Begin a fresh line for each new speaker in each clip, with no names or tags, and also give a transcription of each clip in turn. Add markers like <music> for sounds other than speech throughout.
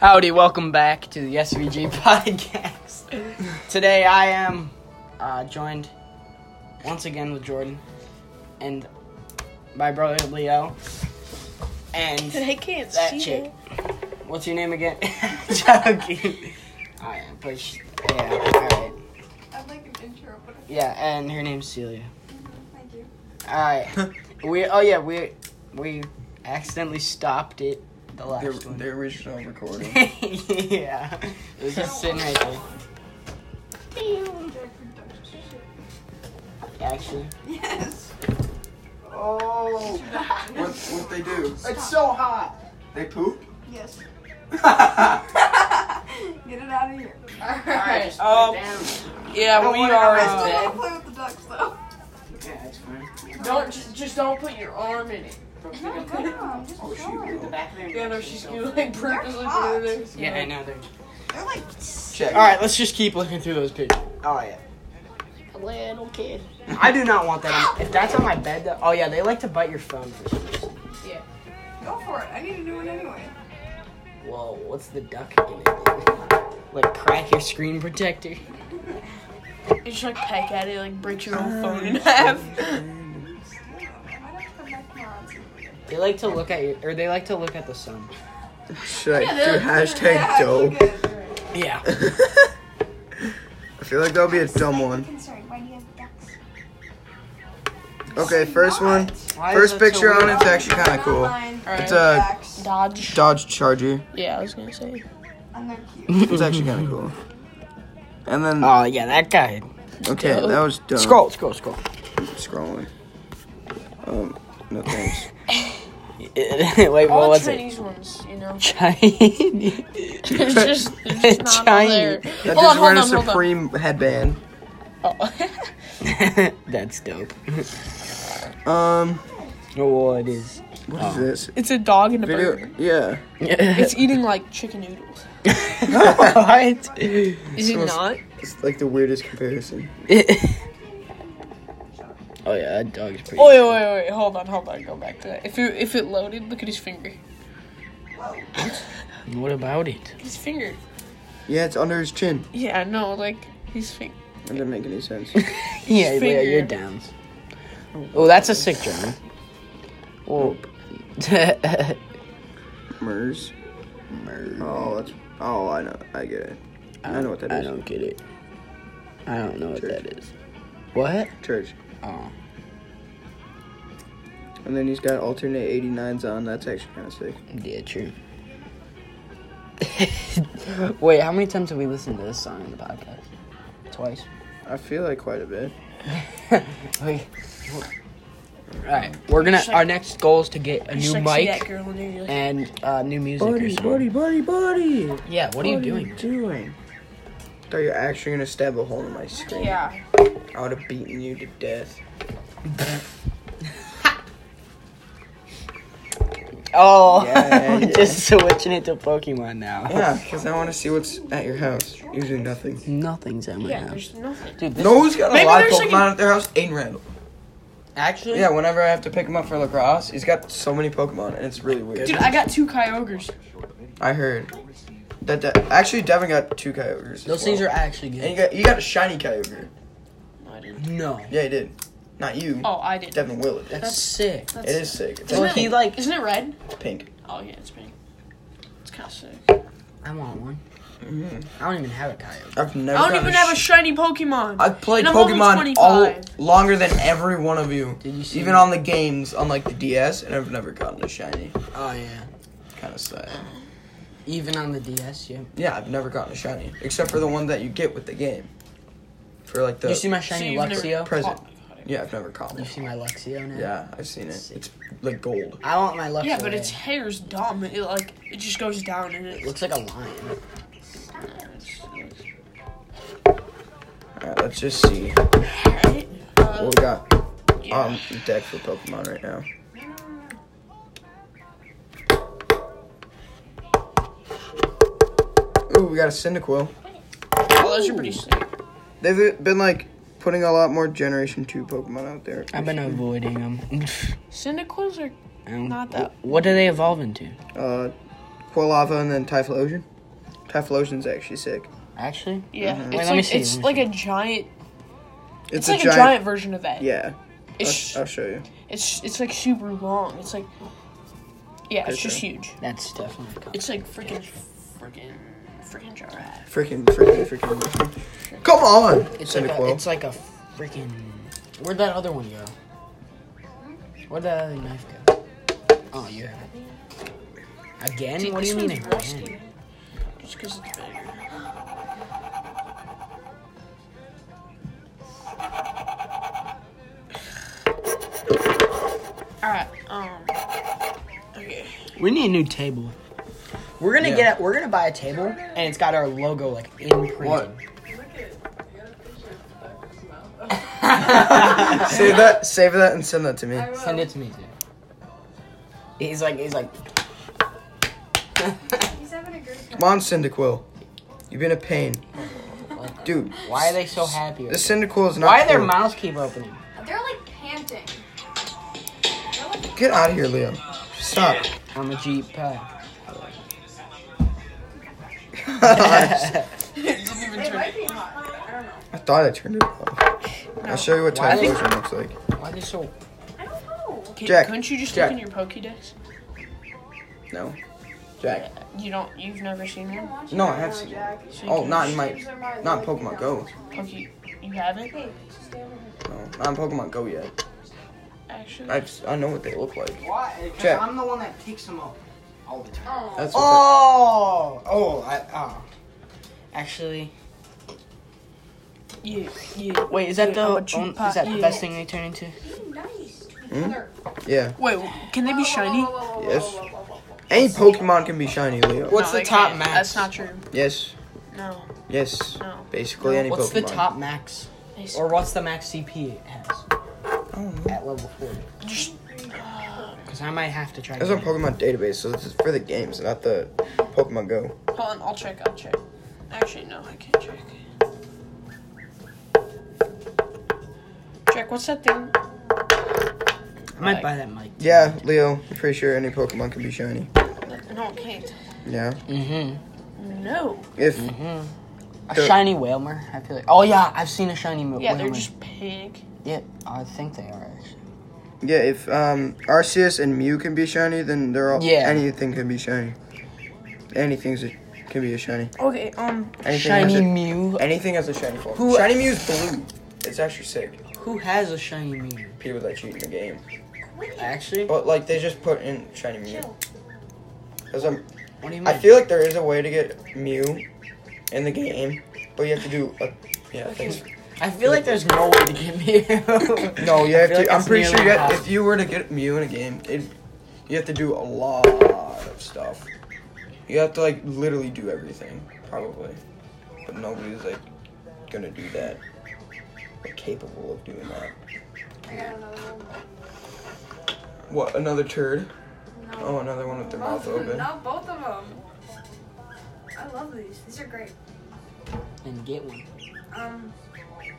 Howdy, welcome back to the SVG <laughs> podcast. Today I am uh, joined once again with Jordan and my brother Leo.
And
And
I can't
that
see
chick.
it.
What's your name again? <laughs> Joking. Alright, but she, yeah, alright.
I'd like an intro, but
Yeah, and her name's Celia.
thank you.
Alright. We oh yeah, we we accidentally stopped it the last
The,
one.
the original
<laughs>
recording.
<laughs> yeah. It was just sitting right there.
Jack production shit.
Actually.
Yes.
Oh, what what they do?
It's so hot.
They <laughs> poop.
<laughs> Yes.
That's
Get it out of here.
Alright, um, yeah, we are.
I still
Uh,
want to play with the ducks though.
yeah, that's fine.
Don't just, just don't put your arm in it.
No, no, I'm just drawing.
Yeah, no, she's gonna like purposely
hot.
put it in there.
Yeah, I know. They're...
<laughs> They're like
Check.
All right, let's just keep looking through those pictures. Oh yeah.
Little kid.
I do not want that. on- If that's on my bed, though. Oh yeah, they like to bite your phone for some reason.
Go for it. I need to do it anyway.
Whoa, what's the duck gonna do? <laughs> Like crack your screen protector?
You just like peck at it, like breaks your own phone in half.
I might have to come back tomorrow and see what we get.
They like to look at your, or they like to look at the sun.
Should I
Yeah,
do hashtag
Yeah,
dope?
it's so good.
Yeah.
<laughs> I feel like that'll be a dumb one.
Concerned. Why do you have ducks?
Okay, first one.
Why is that so
First picture on
weird?
it's actually kind of cool.
Mine.
It's a
Ducks.
Dodge.
Dodge Charger.
Yeah, I was gonna say.
And they're cute.
It's actually kind of cool. And
<laughs>
then
Oh yeah, that guy.
okay, that was dumb.
Scroll, scroll, scroll.
Scrolling. Um, <laughs> no thanks.
<laughs> Wait, what
All the
was it?
Chinese ones, you know.
<laughs> Chinese.
<laughs> It's just, it's just not all
Chinese.
there. Hold on,
That dude's
hold
wearing a
on, hold on.
Supreme headband.
<laughs> Oh.
<laughs> That's dope.
Um,
Oh, it is.
what is this?
it's a dog and a
Video?
bird.
Yeah.
It's <laughs> eating like chicken noodles.
<laughs> what?
Is it
Someone's-
not?
It's like the weirdest comparison.
oh yeah, that dog's pretty.
Wait, wait, wait. Hold on, hold on. Go back to that. If it, if it loaded, look at his finger.
What about it?
His finger.
Yeah, it's under his chin.
Yeah, no, like his finger.
That doesn't make any <laughs> sense.
Yeah,
His
Leo,
finger.
you're down. Oh, that's a sick drum. Whoa.
Mers. Oh, that's. Oh, I know. I get it. I know what
<laughs>
that
I
is.
don't get it. I don't know what that is. What?
Church.
Oh.
And then he's got alternate 89s on. That's actually kind of sick.
Yeah, true. <laughs> Wait, how many times have we listened to this song in the podcast? Twice.
I feel like quite a bit.
Wait. Alright, we're gonna.
Just like-
Our next goal is to get a
You
new
just, like, see that
mic
girl and you're like,
and uh, new music. or
Buddy,
something.
buddy, buddy, buddy. What
Yeah, what are you doing?
doing? Thought you're actually gonna stab a hole in my screen.
yeah.
I would have beaten you to death.
Oh, <laughs>
Yeah,
we're just switching it to Pokemon now.
Yeah, because I want to see what's at your house. Usually nothing.
Nothing's at my
Yeah,
house.
there's nothing.
Dude, this
No, he's got a
Maybe
lot
there's,
Pokemon
like,
at their house. Ayn Rand.
actually.
Yeah, whenever I have to pick him up for lacrosse, he's got so many Pokemon, and it's really weird.
Dude, I got two Kyogres.
I heard that. De- actually, Devin got two Kyogres. as
Those things are
well.
actually
And
good.
you got you got a shiny Kyogre.
No, I didn't.
No,
Yeah, he did. Not you.
Oh, I did.
Devin Willard.
that's sick.
That's,
It is sick.
Isn't
It's
Well,
like
it,
he like.
Isn't it red?
pink.
Oh, yeah, it's pink. It's kind of sick.
I want one.
Mhm.
I don't even have a coyote.
I've never.
I don't
gotten
even have a
sh-
shiny Pokemon.
I've played
and I'm only
Pokemon all
25.
longer than every one of you.
Did you see
Even
me?
on the games, unlike the DS, and I've never gotten a shiny.
Oh yeah.
Kind of sad.
Even on the DS, yeah.
Yeah, I've never gotten a shiny except for the one that you get with the game. For like the
you see my
So
shiny
you've never-
Luxio?
present.
Oh, my God.
Yeah, I've never caught
you
one.
see my Luxio now?
Yeah, I've seen it. It's like gold.
I want my Luxio.
Yeah, but its
red.
hair's dumb. It like it just goes down and it
It
looks.
looks like a lion.
Alright, let's just see what
Alright, uh,
we got
yeah.
on deck for Pokemon right now. Ooh, we got a Cyndaquil.
Oh, those are pretty sick.
They've been like putting a lot more Generation 2 Pokemon out there.
I've been um, avoiding <laughs> them.
Cyndaquils are
Um,
Not that-
What do they evolve into?
Uh, Quilava and then Typhlosion. Typhlosion's actually sick.
Actually?
Yeah,
Wait,
it's
let me
like
see,
it's
let me
like
see.
a giant. It's,
It's,
like
a, giant,
version of that.
Yeah, I'll,
it's
I'll show you.
it's it's like super long. It's like yeah, it's just
Okay.
huge.
That's definitely. Common.
It's like freaking freaking freaking jar.
Freaking, freaking, freaking, freaking. Come on!
It's like a,
Cinequil.
it's like a freaking. Where'd that other one go? Where'd that other knife go? Oh, you have it. Again? what do you mean again?
Just because it's bigger. Alright, um. Okay.
We need a new table. We're gonna
Yeah.
get. A, we're gonna buy a table, and it's got our logo like imprinted.
What? save that, save that, and send that to me.
Send it to me. Too. He's like. He's like.
He's having a good time.
Come on, Cyndaquil. You've been a pain. Dude,
Why are they so happy? right
this Cyndaquil is
now?
not.
Why are their
cool.
mouths keep opening?
They're like panting. They're like
Get out of here, Leo. Stop. <laughs>
I'm a Jeep pie.
I
it doesn't even
They
turn.
might be hot. I don't know.
thought I turned it off. I'll show you what
Why are they-
Typhlosion looks like.
Why are they so?
I don't know.
Can,
Jack,
couldn't you just
Jack.
look in your Pokédex?
No. Jack.
You don't. You've never seen
I'm
one.
watching
No,
right
I have
now,
seen
Jack.
So you
Oh,
can-
not in my.
These are my
Not in
little
Pokemon Go.
pals.
Okay, you haven't
Hey, stay over here.
No, not in Pokemon Go yet.
actually.
I, just, I know what they look like.
Why?
Check.
I'm the one that picks them up all the time.
Oh.
That's what
Oh, oh, I,
uh.
oh. Actually,
Yeah, yeah.
wait, is that
yeah, I'm
the
a cheap
on-
pot,
is that the
yeah.
best thing they turn into?
Be nice to each
Hmm?
other.
they, yeah.
Wait, can they be shiny?
Whoa, whoa, whoa, whoa,
Yes.
whoa, whoa, whoa, whoa.
Any Pokemon can be shiny, Leo.
What's
No,
the
they
top
can't.
max?
That's not true.
Yes.
No.
Yes.
No.
Basically any
Oh. What's
Pokemon.
the top max,
They
or what's the max CP it has
Mm-hmm.
at level forty?
Just-
Because I might have to try.
That's on
getting-
Pokemon database, so this is for the games, not the Pokemon Go.
Hold on, I'll check, I'll check. Actually, no, I can't check. Jack, what's that thing?
I might buy that mic.
Yeah, Leo, I'm pretty sure any Pokemon can be shiny.
No, it can't.
Yeah.
Mm-hmm.
No.
If
A
The-
shiny whalmer. I feel like. Oh yeah, I've seen a shiny mo-
Yeah,
whalmer.
they're just pink.
Yeah, I think they are. Actually.
yeah, if um Arceus and Mew can be shiny, then they're all
Yeah.
anything can be shiny. Anything's a, can be a shiny.
Okay, um,
Anything
Shiny
has a,
Mew.
anything has a shiny form.
Who-
shiny Mew's blue. It's actually sick.
Who has a shiny Mew?
People that cheat in the game.
Actually,
But like they just put in shiny Mew. Cause I'm,
what do you mean?
I feel like there is a way to get Mew in the game, but you have to do a, yeah thanks.
I feel like there's no way to get <laughs> Mew.
No, you
I
have
feel
to.
like
I'm
it's
pretty sure
nearly
you have, if
impossible.
you were to get Mew in a game, it, you have to do a lot of stuff. You have to like literally do everything, probably. But nobody's like gonna do that. Or capable of doing that.
I got another one.
What? Another turd?
No.
Oh, another one with their mouth
Both of them.
open.
No, both of them. I love these. These are great.
and get one.
Um,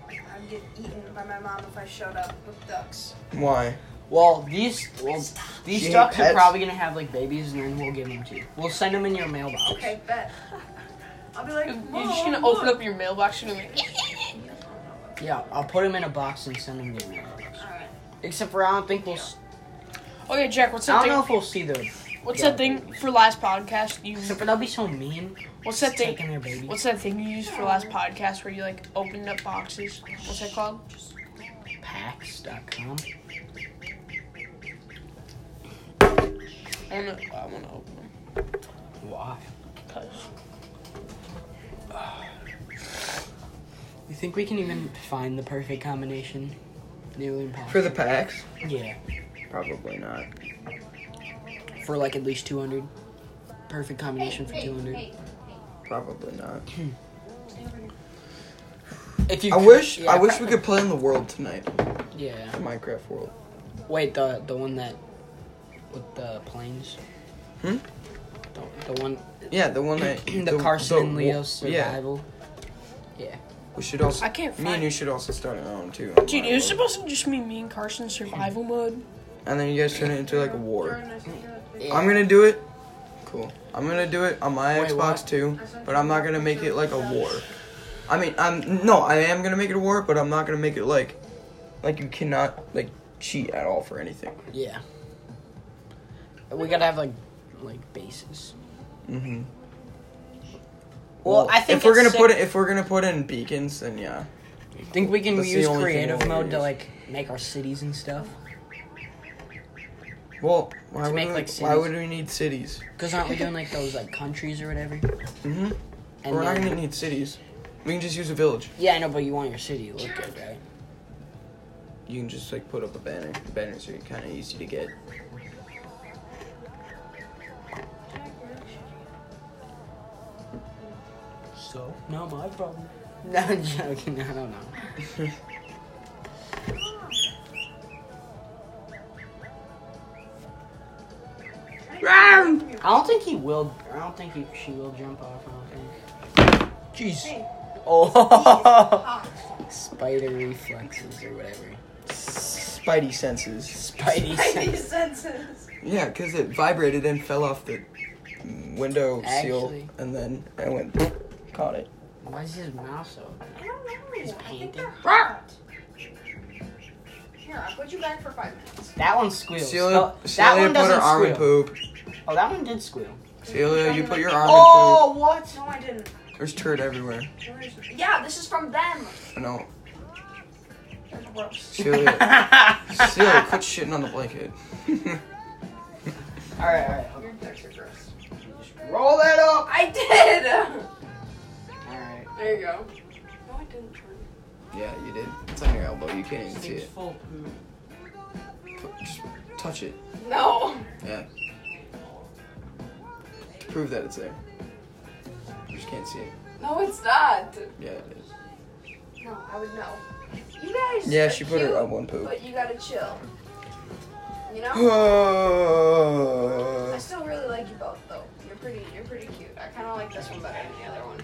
I'd get eaten by my mom if I showed up with ducks.
Why?
Well, these well, these
She
ducks
hates
are
pets.
probably gonna have like babies, and then we'll give them to you. We'll send them in your mailbox.
Okay, bet. <laughs> I'll be like,
you're
Mom,
just gonna
look."
open up your mailbox and you're gonna be like,
Yeah, I'll put them in a box and send them to your mailbox.
Alright.
Except for I don't think we'll. s-
okay, Jack, what's
I
that
don't know if
thing?
we'll see them.
What's that thing for last podcast? You,
Except for that'll be so mean.
what's that thing?
Taking their baby.
What's that thing you used for last podcast where you like opened up boxes? What's that called?
Packs.com.
I don't know. I want to open them.
Why?
'cause-
You think we can even find the perfect combination? Nearly impossible.
For the packs?
yeah,
Probably not.
for like at least two hundred. Perfect combination for two hundred.
Probably not.
If you,
I
c-
wish.
yeah,
I wish
pro-
we could play in the world tonight.
Yeah.
The Minecraft world.
Wait, the the one that with the planes.
Hmm?
The, the one
Yeah, <clears throat> the one <clears throat> that
the, Carson and Leo
Yeah,
survival.
we should also.
I can't
Me
find-
and you should also start our own too.
Dude,
online
it was
world.
supposed to just be me and Carson survival mode.
And then you guys turn it into like a war.
Jordan, I think you're the-
Yeah.
I'm gonna do it. Cool. I'm gonna do it on my
Wait,
Xbox
what?
too, but I'm not gonna make it like a war. I mean, I'm no, I am gonna make it a war, but I'm not gonna make it like, like you cannot like cheat at all for anything.
Yeah. We gotta have like, like bases.
Mm-hmm.
Well, I think
if we're
it's
gonna
sick-
put it, if we're gonna put in beacons, then yeah.
Think we can
That's the
use
only thing
creative
we'll
mode to
use.
like make our cities and stuff?
Well, why
To
would
make,
we,
like,
why
cities.
would we need cities?
Cause aren't we doing like those like countries or whatever?
Mm-hmm.
And
we're not
then-
gonna need cities. We can just use a village.
Yeah, I know, but you want your city to look good, right?
You can just like put up a banner. Banners are kind of easy to get. So.
No, my problem. <laughs> No, I'm joking. I don't know.
Round.
I don't think he will. I don't think he, she will jump off. I don't think. Jeez.
Hey.
Oh. <laughs>
Ah,
Spider reflexes or whatever.
Spidey senses.
<laughs> Spidey
these
sense.
senses.
Yeah, because it vibrated and fell off the window
Actually-
seal, and then I went caught it.
Why is his mouth so? open?
I don't know. I
painting.
think they're hot. Here, I'll put you back for five minutes.
That one squeals.
Celia,
Oh,
Celia
that one
put her
doesn't
arm in
squeal.
poop.
Oh, that one did squeal.
Celia, you put your arm
Oh, what?
No, I didn't.
in poop. There's turd everywhere.
Where's- Yeah, this is from them.
I know.
That's gross. <laughs>
Celia,
<laughs>
Celia, quit shitting on the blanket. <laughs>
all right, all right. hold
Your guts are gross.
on. Roll that up.
I did.
All right.
There you go.
No, I didn't. Jordan.
yeah, you did. It's on your elbow. You can't even see
Thing's
it.
full of poop.
Put- Just touch it.
No.
Yeah. To prove that it's there. You just can't see it.
No, it's not.
Yeah, it is. <gasps>
No, I would know. You guys.
Yeah,
are
she put
cute,
her elbow in poop.
But you gotta chill. You know. I
Oh.
still really like you both though. You're pretty. You're pretty cute. I kind of like this one better than the other one.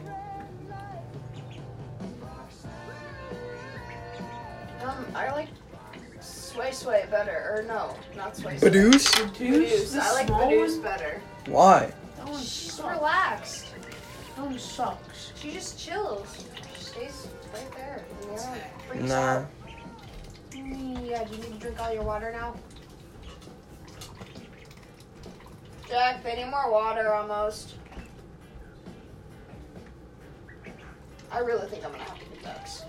Um, I like Sway Sway better. Or no, not Sway Sway.
Badoosh?
Badoos.
the
I like
small one?
Badoos
Oh,
better.
Why?
That one
She's
sucks.
relaxed.
That one sucks.
She just chills. She stays right there. And the other one freaks
Nah.
out. Yeah, uh, do you need to drink all your water now? Jack, they need more water almost. I really think I'm gonna have to get ducks.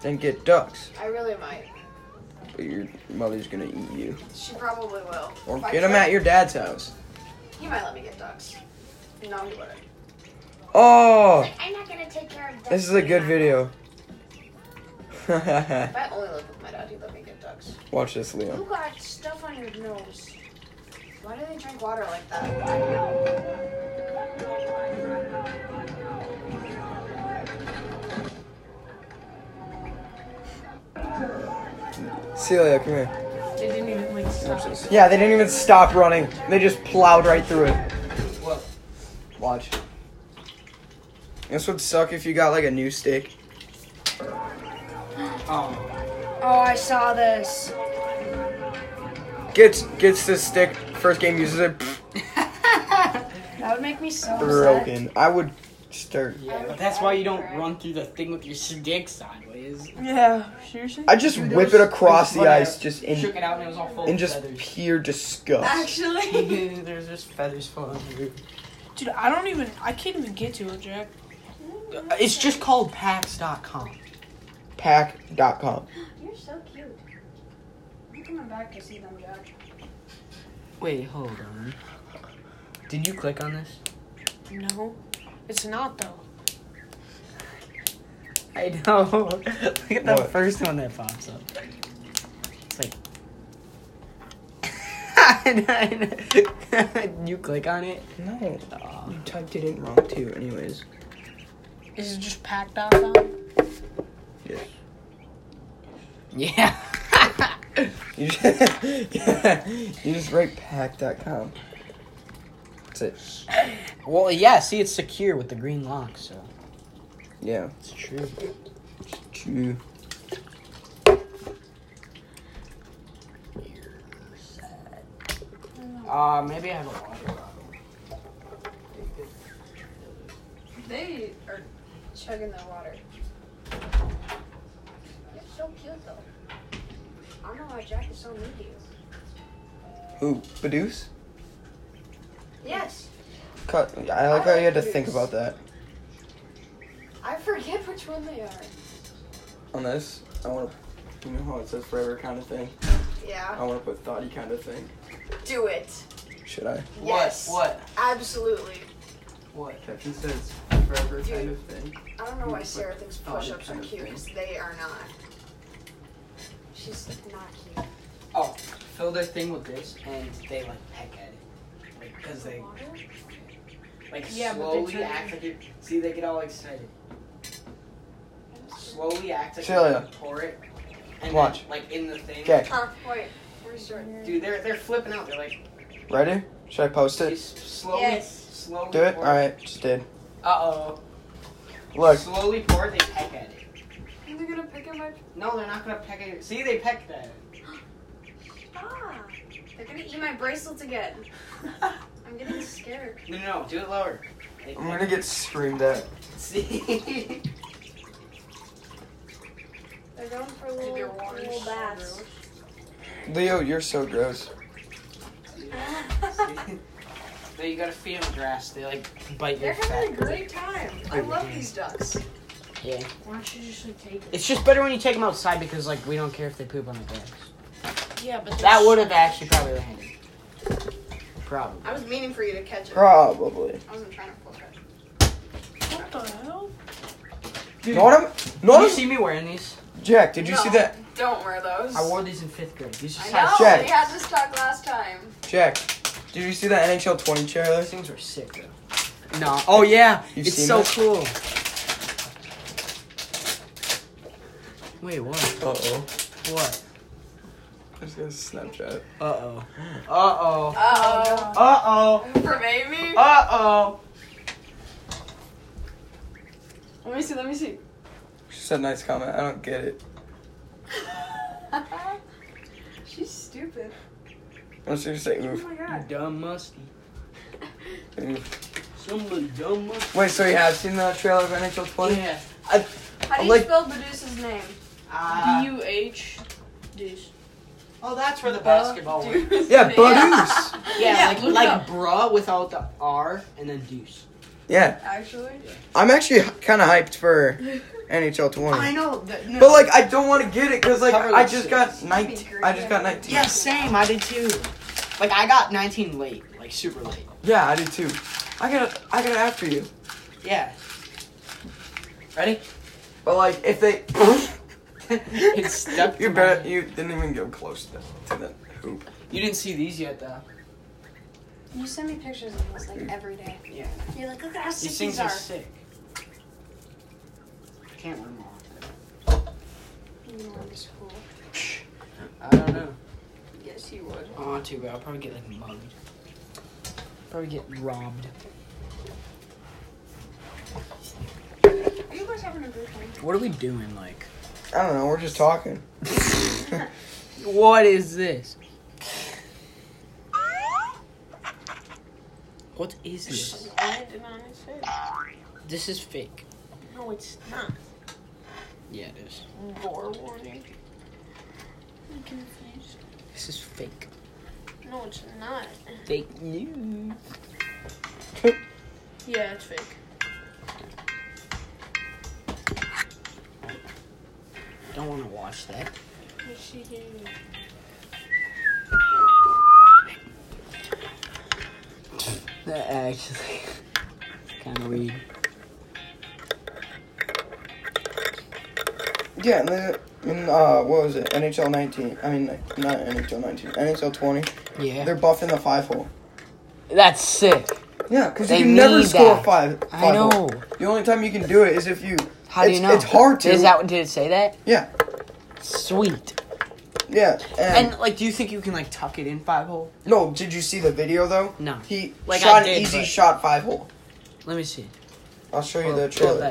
Then get ducks.
I really might.
But your mother's gonna eat you.
She probably will.
Or
If I
get them
try-
at your dad's house.
He might let me get ducks. No, he wouldn't.
Oh,
Like, I'm not gonna take care of ducks.
this is a good video.
If I only lived with my dad, he'd let me get ducks.
<laughs> Watch this, Leo.
You got stuff on your nose. Why do they drink water like that?
Celia, come here.
They didn't even like stop.
Yeah, they didn't even stop running. They just plowed right through it.
What?
Watch. This would suck if you got like a new stick.
Oh.
Oh, I saw this.
Gets gets this stick. First game uses it. pff,
That would make me so
Broken. I would start.
Yeah, but that's why you don't run through the thing with your stick sideways.
Yeah, seriously?
I just whip it across the ice, just
shook
in
it out and it was all full
in
of
just
feathers.
pure disgust.
Actually,
<laughs>
There's just feathers falling through.
dude, I don't even. I can't even get to it, Jack.
It's just called PAX.com.
<laughs> Pack.com.
You're so cute. I'm coming back to see them, Jack.
Wait, hold on. Did you click on this?
No, it's not though.
I know. <laughs> Look at the
What?
first one that pops up. It's like. <laughs> I know. you click on it?
No,
Aw.
you typed it in wrong too. Anyways.
Is it just packed out though?
Yes.
<laughs> Yeah. <laughs>
You just, <laughs> you just write pack.com. That's it.
well, yeah, see, it's secure with the green lock, so.
Yeah.
It's true.
True.
Uh, maybe I have a water bottle.
chugging the water. You're so cute though. I don't know why Jack is so mean to you.
Who? Badoos?
Yes,
Cut. I like how you had to think about that.
I forget which one they are.
On this, I want to, you know how it says forever kind of thing? I
Yeah,
want to put thoughty kind of thing.
do it.
Should I?
Yes.
Oh. What?
Absolutely.
What? What?
Captain says forever kind of thing.
I don't know why Sarah thinks
oh,
push-ups are cute because they are not. She's not cute.
Oh, fill their thing with this, and they like peck at it, like because they
Water?
like
Yeah, but they
slowly
turn-
act like it. See, they get all excited. Slowly act like
Celia.
they're gonna pour it. And
Watch.
Then, like in the thing.
Okay,
Huh, wait. Where's Jordan?
Dude, they're they're flipping out. They're like
ready? Should I post
they
it?
s- slowly,
Yes.
slowly.
Do it? Alright, just did.
Uh oh.
Look,
Slowly pour it. They peck at it.
And they're gonna pick up my
No, they're not gonna peck at it. See, they pecked at it.
ah. They're gonna eat my bracelets again. <laughs> I'm getting scared.
No, no, no, do it lower. They
I'm gonna get screamed at.
<laughs> See. <laughs>
They're going for a
Dude,
little,
their water's
little
so
baths.
Leo, you're so gross.
no, you gotta feed them grass. They like bite
They're
your
having a
fat.
great time. I love these ducks.
Yeah.
Why don't you just like, take it?
It's just better when you take them outside because like we don't care if they poop on the grass.
Yeah, but
That
there's-
would have actually probably landed. Probably.
I was meaning for you to catch it.
Probably.
I wasn't trying to pull it.
What the hell?
Dude,
Not him?
did
Not
you
him?
see me wearing these?
Jack, did you see
No,
that?
Don't wear those.
I wore these in fifth grade. These
I
just
know.
had-
Jack.
We had this talk last time.
Jack, did you see that NHL 20 trailer?
These things were sick though. No. Oh yeah,
You've
it's
seen
so
it?
cool. Wait, what?
Uh oh.
What?
I was gonna Snapchat.
Uh oh. Uh oh.
Uh
Uh oh.
oh. For baby.
Uh oh.
Let me see. Let me <laughs> see.
She said nice comment. I don't get it.
She's stupid.
I was gonna say
Oh
oof.
my god.
Dumb musty.
oof.
Somebody dumb musty.
Wait, so you have seen the trailer of NHL 20?
Yeah.
How do you
Like-
spell Medusa's name?
Uh,
D U H. Deuce.
oh, that's where the went.
Yeah,
Medusa.
Badoos.
Yeah,
Yeah,
like
look it
like
up.
bra without the R and then deuce.
Yeah,
Actually.
I'm actually kind of hyped for NHL 20.
I know. That, no.
But like, I don't want to get it because like
Cover
I
this
just
shit.
got 19. I just got 19.
yeah, same. I did too. Like I got 19 late, like super late.
Yeah, I did too. I got it. I got it after you.
Yeah. <laughs> Ready?
But like,
<laughs>
if they,
It's stuck.
you
to
bet
my-
you didn't even go close to the, to the hoop.
You didn't see these yet, though.
You send me pictures of this like every day.
Yeah.
You're like, look at how sick
These
these,
things
are.
are sick. I can't wear them all.
You know, it's cool.
I don't know.
Yes, you would.
I want to, but I'll probably get like mugged. Probably get robbed.
Are you guys having a good time?
What are we doing, like?
I don't know. We're just talking.
What is this? What is this? This is fake.
No, it's not.
Yeah, it is.
War warning.
This is fake.
No, it's not.
Fake news.
Yeah, it's fake.
Don't want to watch that. That actually kind of weird.
Yeah, and then and, uh, what was it? NHL 19. I mean, like, not NHL 19. NHL 20.
Yeah.
They're buffing the five hole.
That's sick.
Yeah, because
They
you can never
need
score
that.
five. five
I know.
hole. The only time you can do it is if you.
How do
it's,
you know?
It's hard to.
Is that did it say that?
Yeah.
Sweet.
Yeah. And,
And like, do you think you can like tuck it in five hole?
no, did you see the video though?
No.
He
Like, I
shot
did,
an easy
but-
shot five hole.
Let me see.
I'll show you
Pull-
the
Oh, pull
trailer.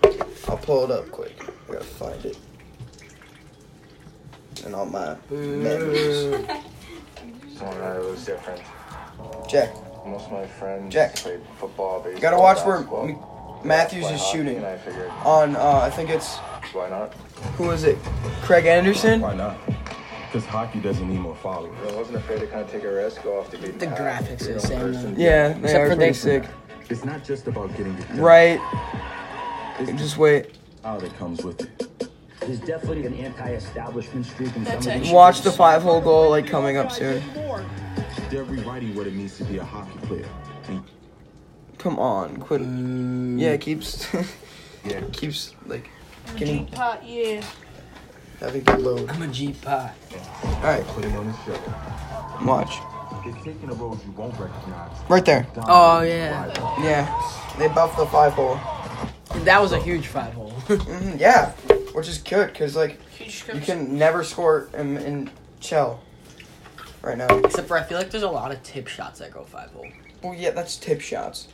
that.
I'll pull it up quick. I gotta find it. And all my memories.
Boo.
One of those different.
Jack,
Most of my friends
Jack.
played football, baseball,
You gotta watch where
basketball.
M- Matthews
Play
is
hockey,
shooting
And I figured,
on. Uh, I think it's
why not?
who is it? Craig Anderson.
Why not? Because hockey doesn't need more followers.
I wasn't afraid to kind of take a risk, go off the beaten
The
path,
graphics
be
are
your
the
own
same,
person.
Yeah, they
Except
are
for they-
pretty sick.
It's not just about getting it done.
Right?
It's
Just wait.
all that comes with it.
There's definitely an anti-establishment streak in
That's
some of these.
actually-
Watch the five-hole goal like coming up soon.
They're rewriting what it means to be a hockey player. And
Come on, quit. Yeah,
Mm.
it keeps. <laughs> yeah, it keeps like
Mm.
getting
Pot, yeah.
having to load.
I'm a Jeep pot.
All right,
put it on the show.
watch
They're taking the roads you won't recognize.
right there.
Oh, yeah.
Yeah, they buffed the five-hole.
That was a huge five hole.
hmm yeah, which is good because like
Huge
you
scripts.
can never score in, in shell right now.
<laughs> Except for I feel like there's a lot of tip shots that go five hole.
Well, yeah, that's tip shots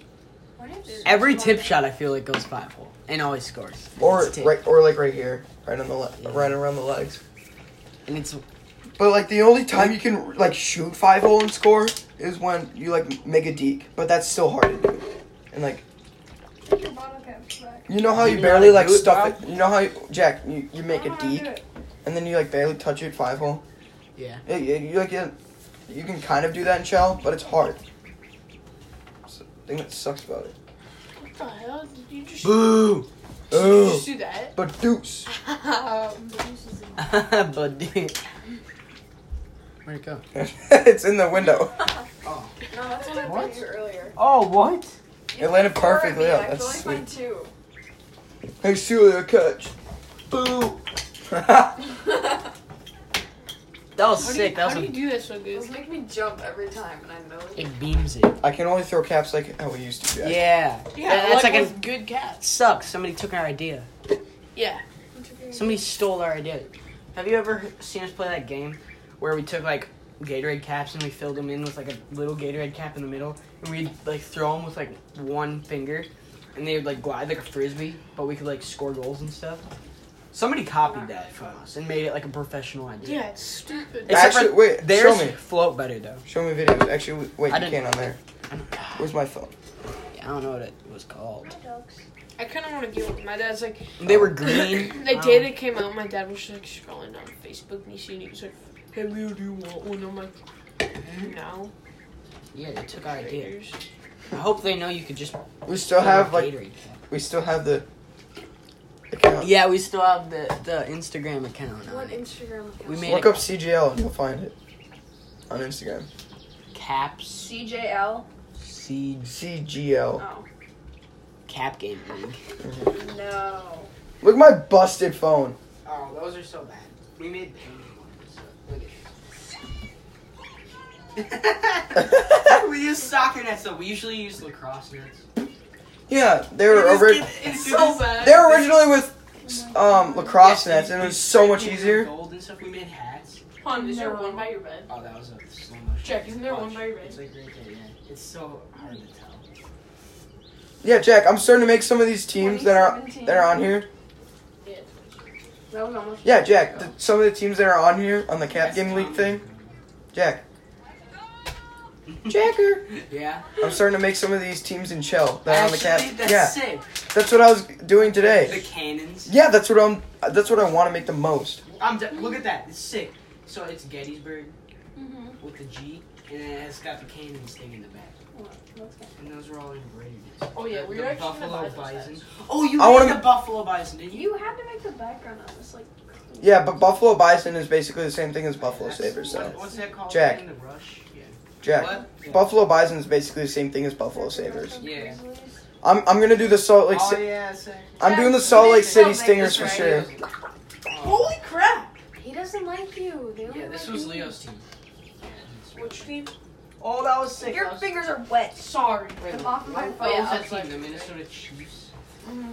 What if
Every tip shot I feel like goes five hole and always scores.
or
It's tip.
right or like right here, right on the le- right around the legs.
And it's
But like the only time you can like shoot five hole and score is when you like make a deke. But that's still hard to do. And like
Take your bottle caps back.
you know how you,
You know how
barely
to
like
do it,
stuff
Bob?
it. You know how you, Jack you, you make
I
a
don't know how to do
deke
it.
and then you like barely touch it five hole.
Yeah.
Yeah, yeah, you like yeah, you can kind of do that in shell, but it's hard. It's the thing that sucks about it.
What the hell? Did you just, did
Boo.
you
Ooh.
just do that?
But deuce.
<laughs>
<laughs>
Uh,
but dude. Where'd it go?
it's in the window.
No, that's what I
What?
told you earlier.
Oh, what?
It landed
Or
perfectly.
me,
Yeah,
I feel
that's
like mine
sweet.
too.
Hey, Celia, catch. Boo. <laughs> that
That was
How do you,
sick. that
how
was
do
a,
you do that so good?
Those make me jump every time, and I know.
it beams it.
I can only throw caps like how we used to.
Yeah.
Jack.
Yeah,
That- that's like,
like
a
with good cats.
sucks. Somebody took our idea.
Yeah.
Somebody stole our idea. Have you ever seen us play that game where we took like Gatorade caps and we filled them in with like a little Gatorade cap in the middle and we'd like throw them with like one finger and they would like glide like a frisbee, but we could like score goals and stuff. Somebody copied that from us and made it like a professional idea.
Yeah, it's stupid.
Yeah.
Except for
Actually, wait, show
theirs
me.
float better though.
Show me videos. Actually, wait,
I
you
didn't-
can't on there. Where's my phone?
I don't know what it was called.
I kind of want to get one. My dad's like,
Oh.
They were green.
the
Um,
day <clears throat> <coughs> they came out, my dad was like scrolling on Facebook and he seen it. He was like, hey, Leo, do you want one? I'm like, "Mm, no.
yeah, they took our idea.
Haters.
I hope they know you could just
We still have like
Gatorade cap.
we still have the account.
Yeah, we still have the, the Instagram account. on
What
it.
Instagram account?
We made
Look
a
up CGL and you'll find it on Instagram.
caps
CJL.
seed
CGL.
Oh
cap game league.
no.
Look at my busted phone.
Oh, those are so bad. We made painted ones. <laughs> we use soccer nets though. We usually use lacrosse nets.
yeah, they were ori-
It's so bad.
they were originally with um lacrosse nets and it was so much easier.
Gold and stuff. We made hats.
Hon, is there one by your bed?
Oh, that was a slow motion.
Jack, isn't there one by your
It's
bed?
like right there. Yeah. It's so hard to tell.
Yeah, Jack, I'm starting to make some of these teams that are that are on here.
That was almost.
Yeah, Jack, the, some of the teams that are on here on the cap game league thing. Jack. Jacker.
<laughs> Yeah.
I'm starting to make some of these teams in shell. That are on the
Actually,
cap.
that's
yeah,
sick.
that's what I was doing
The
today.
cannons.
Yeah, that's what I'm. That's what I want to make the most.
I'm d- look at that. It's sick. So it's Gettysburg
Mm-hmm.
with the G, and then it's got the cannons thing in the back. And those are all embroidered.
Oh, yeah,
The-
we
the
were actually gonna
buffalo
buy those
bison.
hats.
Oh, you
I
made
wanna-
the buffalo bison, didn't you?
You had to make the background on this like.
Yeah, but Buffalo Bison is basically the same thing as Buffalo
That's-
Sabres.
what-
So,
what's that called?
Jack.
In the rush. Yeah.
Jack,
What?
Buffalo Bison is basically the same thing as Buffalo Sabres.
Yeah.
I'm I'm gonna do the Salt Lake.
oh
Ci-
yeah. Sick.
I'm doing the
Jack,
Salt
we
Lake
need Salt
City
Lake
Stingers for
this
sure.
Oh,
Holy crap!
He doesn't like you. They
yeah,
only
this
like
was
me.
Leo's team.
Which team?
Oh, that was sick.
Your
that was-
fingers are wet.
Sorry.
I'm off my
Oh,
phone.
yeah,
yeah, that
that's
team,
like-
the Minnesota Chiefs.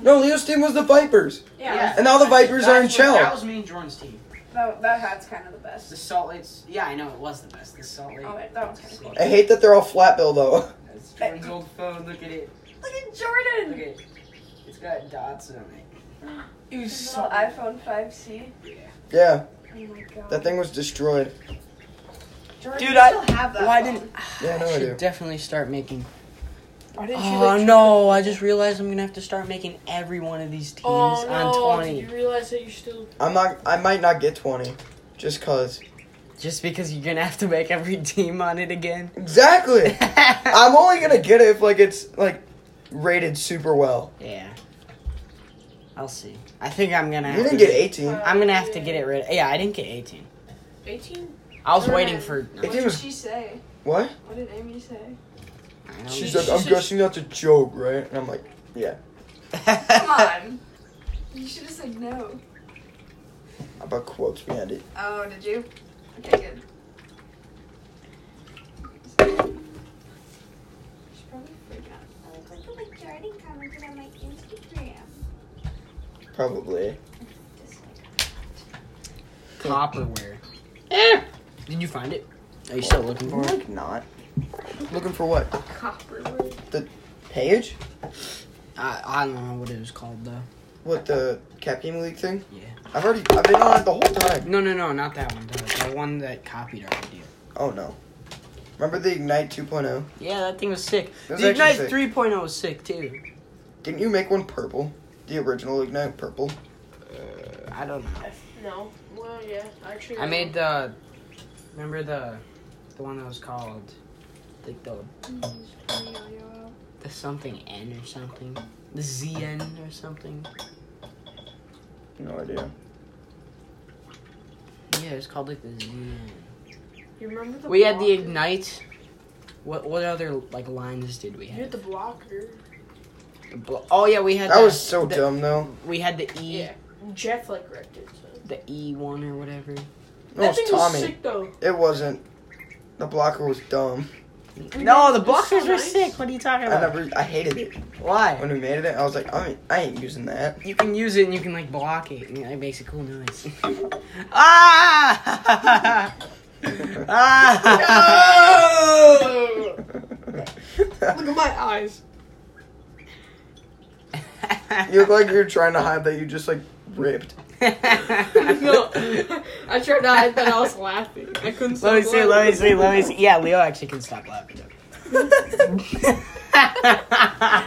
No, Leo's team was the Vipers,
Yeah.
and now the Vipers are in
That's what- That
shell.
was me and Jordan's team.
That, that hat's kind of the best.
The Salt Lake's. Yeah, I know it was the best. The Salt Lake.
Oh, that that one's kind of cool.
I hate that they're all flat bill though. <laughs>
That's Jordan's old phone. Look at it.
Look at
Look at
Jordan.
it. It's got dots on it.
It was
His
so.
little iPhone 5C.
Yeah,
Oh my god.
that thing was destroyed.
Jordan,
Dude,
you
I-
still have that.
Why
phone.
didn't
Yeah, no,
I
I
should
do.
definitely start making?
Why didn't you,
Oh
like,
no! I just realized I'm gonna have to start making every one of these teams
Oh no!
on
Did
twenty,
you realize that you're still?
I'm not. I might not get twenty, just cause.
just because you're gonna have to make every <laughs> team on it
<laughs>
again.
Exactly.
yeah.
I'm only gonna get it if like it's like rated super well.
I'll see. I think I'm gonna.
You
Have
didn't
to,
get eighteen.
I'm gonna have to get it rid. Yeah, I didn't get 18.
18?
I was
Jordan,
waiting for.
What
It
did
was-
she say?
What?
What did Amy say?
I don't
She's
know.
like, I'm guessing that's a joke, right? And I'm like, yeah.
Come on. <laughs> You should have said no.
How about quotes behind it?
Oh, did you? Okay, good. She's probably freaking out.
I was like, oh, my Jordan commented on my Instagram.
Probably.
Just like,
Copperware. Eh. Did you find it? Are you still looking for it?
Like not. Looking for what?
Copper.
Page?
I, I don't know what it was called though.
What the Cap Game League thing?
Yeah.
I've already. I've been on it the whole time.
No, no, no, not that one. The, the one that copied our idea.
Oh no. Remember the Ignite oh? 2.0?
Yeah, that thing was sick.
That was
the
actually
Ignite
sick.
3.0 was sick too.
Didn't you make one purple? The original Ignite purple.
I don't know.
No. Well, yeah. Actually,
I made the. Remember the, the one that was called, like the the something N or something, the ZN or something.
No idea.
Yeah, it's called like the ZN.
You remember the?
We had the
blocker?
ignite. What what other like lines did we
You
have?
had the blocker.
The blo- oh yeah, we had
That
the-
was so
the-
dumb though.
We had the E,
Yeah. Jeff like ripped it. So.
the E one or whatever.
No,
that
it
thing
was
was
Tommy.
sick though. <laughs>
It wasn't. The blocker was dumb.
No, the
It was so
blockers were
nice.
sick. What are you talking
I
about?
never. I hated it when
Why?
we made it. I was like, I ain't, I ain't using
<laughs>
that.
You can use it and you can like block it, and it makes a cool <laughs> noise. ah! <laughs> ah!
Oh! Look
you
at my
<laughs>
eyes. <laughs>
look like you're trying to hide that you just like
<laughs>
ripped.
no, I tried to hide that I was laughing. I couldn't.
Let me
stop
see. Let me
laughing.
see. Let me see. Yeah, Leo actually can stop laughing. <laughs>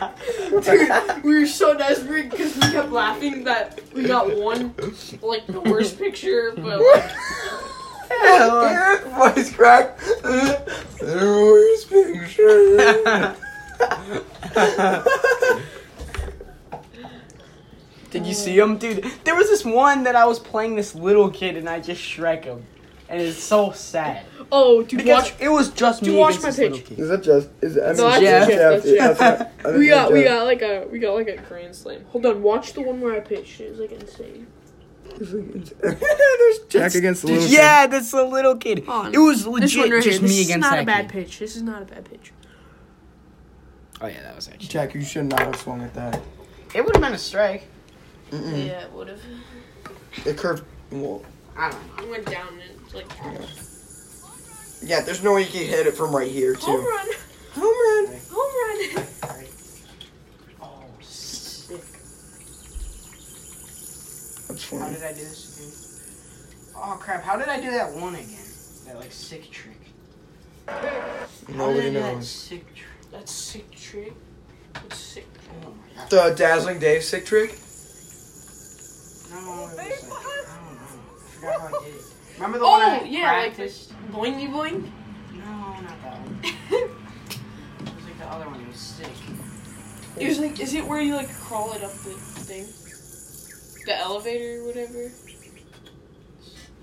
Dude, we were so desperate because we kept laughing that we got one, like the worst picture, but like,
Voice crack. Worst picture.
Did you see him, dude? There was this one that I was playing this little kid, and I just shrek him, and it's so sad
oh, dude,
because
watch.
it was just
Dude,
me
watch
against
my
this little
pitch.
kid.
Is that just? Is that, I mean,
No, that's
Jeff,
Jeff, that's
that's not- I think
We got, we
that's
got like a, we got like a grand slam. Hold on, watch the one where I pitched. It was like insane.
Jeff. There's Jack against Lewis.
Yeah, that's the little kid.
Oh,
It was
This
legit
one right
just
here. This
me
is
against
not
that
a bad
kid.
pitch. This is not a bad pitch.
Oh yeah, that was actually.
<laughs> Jack, you should not have swung at that.
It would have been a strike.
Mm-mm.
Yeah, it would have.
It curved. Well,
I don't know.
I went down and it's like
yeah, there's no way you can hit it from right here, too.
Home run!
Home run.
Home run!
Oh, sick.
That's
How
funny.
did I do this again? Oh crap! How did I do that one again? That like sick trick. How
Nobody
did I do that
knows.
sick trick.
that's sick trick. That's sick.
Oh my god.
The dazzling Dave sick trick.
No, it was like, I don't know. I forgot how I did it. Remember the
Oh,
one I
yeah, like
practiced?
Boingy boing.
No, not that <laughs> one. It was like the other one. It was sick.
It was like, is it where you like crawl it up the thing, the elevator or whatever?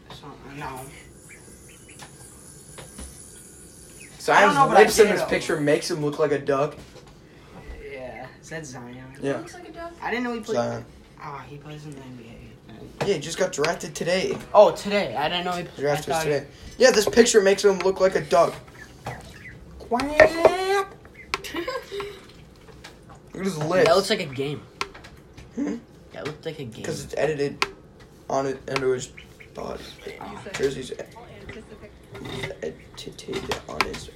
That's not, no. I don't know,
Simon's
but I
lips in
did
this
it.
picture makes him look like a duck.
Yeah. Is that Zion?
Yeah.
Looks like a duck.
I didn't know he played.
Zion.
Oh, he plays in the NBA.
Yeah, he just got drafted today.
Oh, today. I didn't know he played.
Drafted today. Yeah, this picture makes him look like a duck. <laughs> Quack. Look at his
That looks
lips.
like a game.
Hmm?
That looked like a game.
Because it's edited on it into his body. Jersey's edited on his body.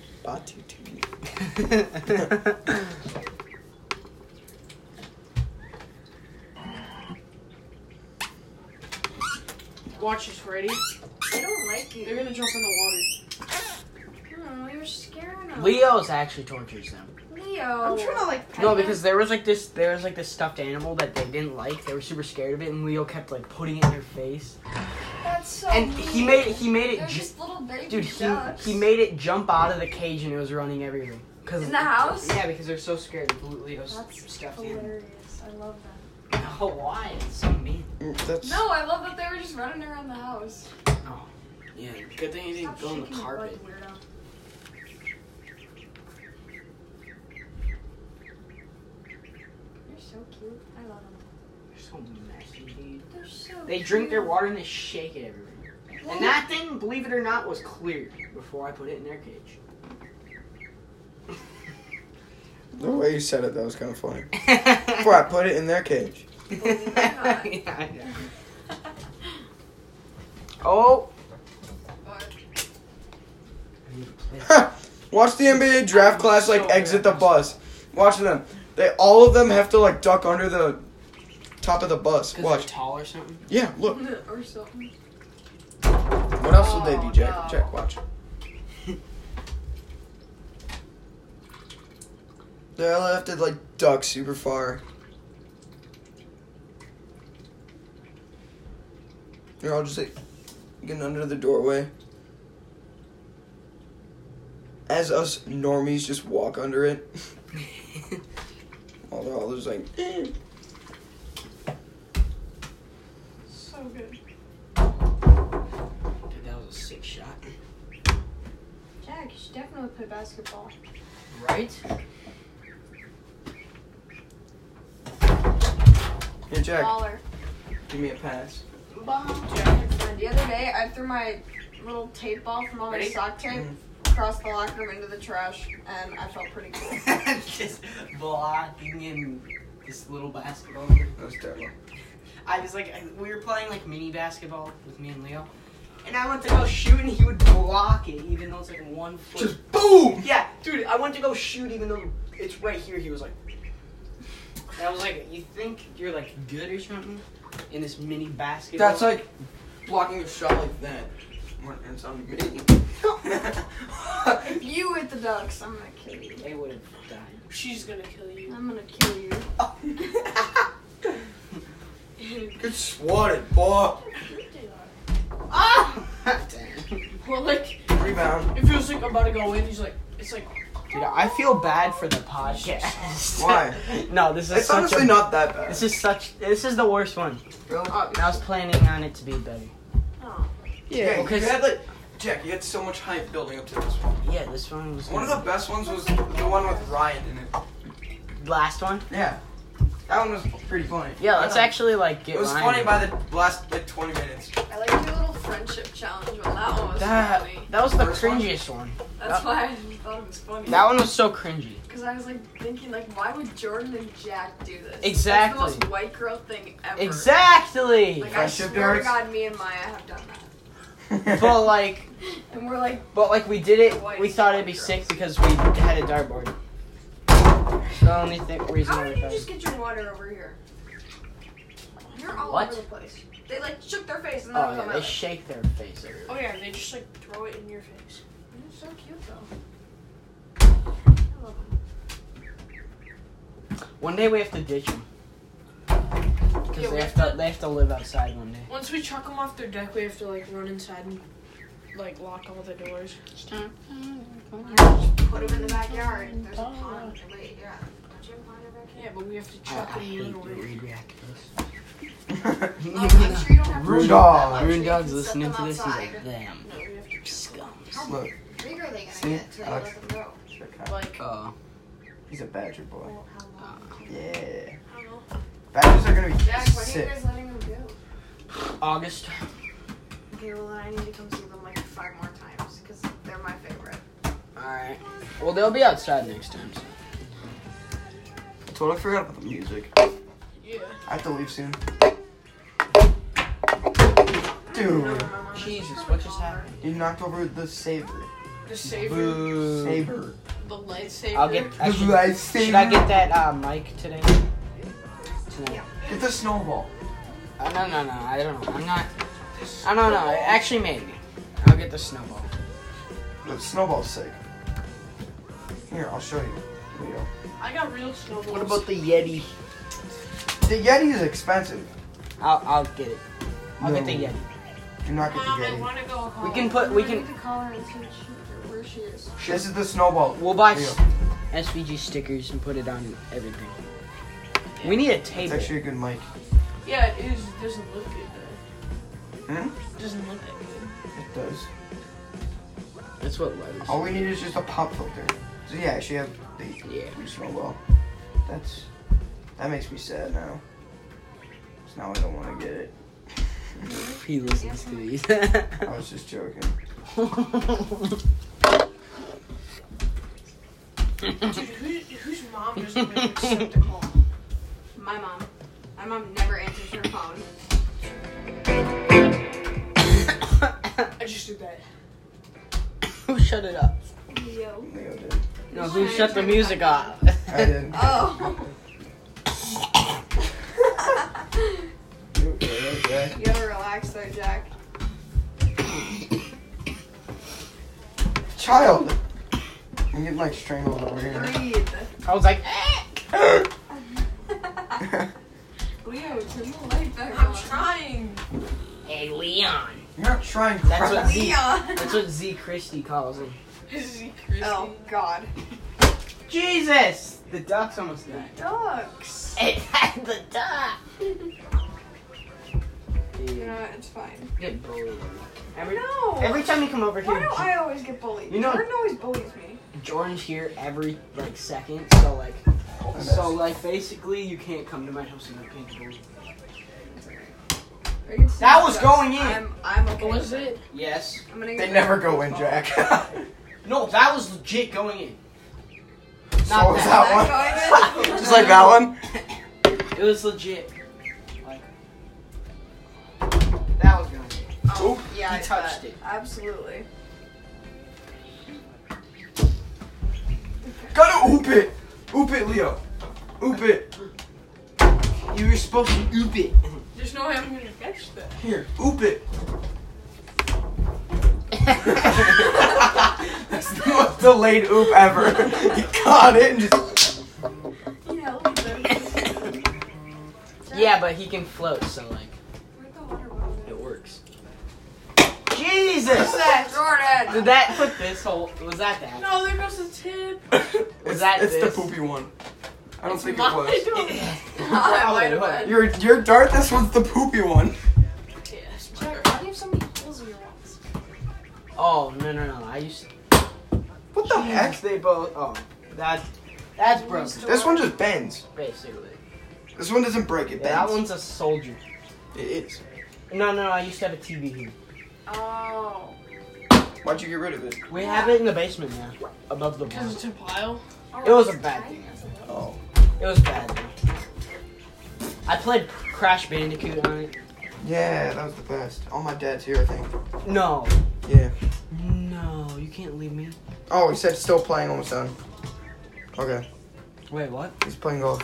<laughs>
Watch this, Freddy.
I don't like
They're
you.
gonna jump in the water.
Oh, know.
Leo's actually tortures them.
Leo.
I'm trying to like. pet
No,
him.
because there was like this, there was like this stuffed animal that they didn't like. They were super scared of it, and Leo kept like putting it in their face.
that's so.
And he
mean.
made he made
They're
it, ju-
just little baby
dude. He
ducks.
he made it jump out of the cage, and it was running everywhere. Cause
In the house?
Yeah, because they're so scared of Leo's
That's
stuffed animal.
hilarious. I love that.
Oh, why? It's so mean.
Mm, That's
No, I love that they were just running around the house.
Yeah, good thing you
Stop shaking your butt, weirdo. You're so cute. I love them.
They're so messy, dude.
They're so
They drink their water and they shake it everywhere. And that thing, believe it or not, was clear before I put it in their <laughs> cage.
the way you said it. That was kind of funny. Before I put it in their cage.
yeah, yeah. Oh.
Watch the NBA draft class like exit the bus. Watch them. They all of them have to like duck under the top of the bus.
Because
Watch.
they're tall or something.
Yeah, look.
or something.
What else would they be, Jack?
Oh, no.
Jack,
<laughs>
watch. they all have to like duck super far. They're all just like getting under the doorway. As us normies just walk under
<laughs>
it. all they're all just like eh.
So good.
Dude, that was a sick shot.
Jack, you should definitely play basketball.
Right?
Hey Jack,
Baller.
give me a pass.
Jack, friend. The other day, I threw my little tape ball from all my
Ready?
sock tape
Mm.
across the locker room into the trash, and I felt pretty cool.
<laughs> just blocking in this little basketball. thing.
That was terrible.
I was like, I- we were playing like mini basketball with me and Leo, and I went to go shoot, and he would block it, even though it's like one foot.
Just boom!
Yeah, dude, I went to go shoot even though it's right here. He was like, and I was like, you think you're like good or something in this mini basketball?
That's like blocking a shot like that. When it's on me.
if you hit the ducks, I'm gonna kill you.
they would have died.
She's gonna kill you.
I'm gonna kill you.
<laughs> Good swatted, boy.
<laughs> Ah! Damn.
Well, like
Rebound.
it feels like I'm about to go in. He's like, it's like
Dude, I feel bad for the <laughs> podcast.
Why?
no, this is
It's
such
honestly
a,
not that bad.
This is such. This is the worst one.
Really?
And I was planning on it to be better.
Oh.
Yeah,
because-
you had like, Jack, you had so much hype building up to this one.
Yeah, this one was.
One of the best ones was the one with Ryan in it.
the last one.
Yeah, that one was pretty funny.
Yeah, let's
I know.
actually like get.
It was
Ryan
funny
in.
by the last like 20 <laughs> minutes.
I like your little friendship challenge one. That one was
That,
funny.
that was the
First one?
cringiest one.
That's why I thought it was funny.
That one was so cringy.
Because I was like thinking, like, why would Jordan and Jack do this?
Exactly.
That's the most white girl thing ever.
Exactly.
Like I
Friendship
swear to
darts?
God, me and Maya have done that,
But like,
and we're like,
but like we did it. We thought it'd be sick because we had a dartboard. It's The only thing reason
how
why
did
we
you
thought.
just get your water over here? You're all
What?
over the place. They like shook their face and
Oh
that was on
yeah,
my
they
lip.
shake their face. everywhere.
oh yeah, they just like throw it in your face.
You're so cute though. I love
One day we have to ditch them
Yeah,
because
we
they have
have
to
to-
they have to live outside one day.
Once we chuck them off their deck, we have to like run inside and like lock all the doors.
them. Put them in the backyard. There's a pond. Wait, yeah. Don't you have a pond over
Yeah, but we have to
I, I
chuck
hate
them
the
away.
read reactors.
<laughs>
there? I'm sure you don't have to
Rune
shoot
Dog.
them. I'm sure
Rune
you
Dog's
can set
listening
them
to this. He's
outside.
like, damn,
No, we have to chuck them.
How Look,
Big are they gonna
See?
get till you
Alex.
let them go?
like
oh,
he's a badger boy.
Well, how long?
Yeah.
I don't know.
Badgers are gonna be
Jack, when are you
sick.
guys letting them go?
August.
Okay, well then I need to come see them like five more times because they're my favorite.
All right. Well, they'll be outside next time. So.
I totally forgot about the music.
Yeah.
I have to leave soon. Dude,
Um,
Jesus, what just happened?
you knocked over the saber.
The saver,
Saber.
the lightsaber.
I'll get. I should,
lightsaber.
should I get that uh, mic today? Tonight.
Get the snowball.
Uh, no, no, no. I don't know. I'm not. I don't know. Actually, maybe. I'll get the snowball.
The snowball's sick. Here, I'll show you. Here you go.
I got real snowballs.
What about the Yeti?
The Yeti is expensive.
I'll, I'll get it. I'll get the
No.
Yeti.
Do
Um,
not get the
Mom, I
Yeti.
want to go home.
We can put, we can,
to call her and see what she- where she is.
This is the snowball.
we'll buy
Here you
s-
go.
SVG stickers and put it on everything. We need a
It's
table.
actually a good mic.
Yeah, it is. It doesn't look good though.
Hmm?
It doesn't look that good.
It does.
That's what Levi's.
All we need is just a pop filter. So yeah, she has the
Yeah.
snowball. That's that makes me sad now. 'Cause now I don't want to get it.
He listens to these. <laughs>
I was just joking.
Dude, who, whose <laughs> mom doesn't have a receptacle?
My mom. My mom never answers her phone.
I just did that.
Who shut it up?
Yo.
Leo did.
No, who shut the music off? <laughs>
I did.
Oh.
You okay, okay.
you gotta relax though, Jack.
Child. You get like strangled over here.
Breathe.
I was like, "Eh."
Leo, turn the light back
I'm
on.
trying.
hey Leon.
You're not trying.
That's what
Christ.
Z.
Leon.
That's what Z Christie calls him.
This is crazy.
Oh God.
Jesus! The duck's almost died.
Ducks.
<laughs> It had the duck.
You
Dude,
know it's fine.
get bullied. Every
no.
every time you come over
Why
here,
do I always get bullied?
You know-
Jordan always bullies me.
Jordan's here every like second. So like, so like basically you can't come to my house and I can't get bullied.
We can see
That
the
was
ducks.
going in.
I'm, I'm okay.
What
with
was it?
Yes.
I'm gonna
They
get-
never go in, Jack.
No, that was legit going in.
<laughs> so was
that. Oh,
that
<laughs>
That
one.
going in?
Just like that one.
It was legit. Like, that was going in.
Oh, yeah,
He
I
touched
bet.
it.
Absolutely.
Gotta oop it. Oop it, Leo. Oop it.
You were supposed to oop it.
There's no way I'm gonna catch that.
Here, oop it. That's the most delayed oop ever. You caught it and just.
Yeah, look at this.
yeah, but he can float, so like,
Where'd the water bottle
it works. Jesus!
What's that,
Did
Jordan?
that put this whole? Was that that?
No, there goes the tip.
It's,
that
it's the
this?
poopy one. I don't think it
Mom, I <laughs>
was. <laughs>
don't-
I might have been.
Your your dart. This one's the poopy one.
Yes,
Jack, why do you have so many holes in your walls?
Oh no no no! I used. To,
What the heck?
they both. Oh, that's that's broken.
This one just bends.
Basically,
This one doesn't break. It
yeah, that
bends.
one's a soldier.
It is.
No no, no I used to have a TV here.
Oh.
Why'd you get rid of it?
We have it in the basement now, above the
because
bar.
it's a pile.
It was a bad thing.
Oh.
It was bad. Though. I played Crash Bandicoot on it.
Yeah, that was the best. All my dad's here, I think.
No,
Yeah.
no, you can't leave me.
Oh, he said still playing almost done. Okay,
Wait, what?
he's playing golf.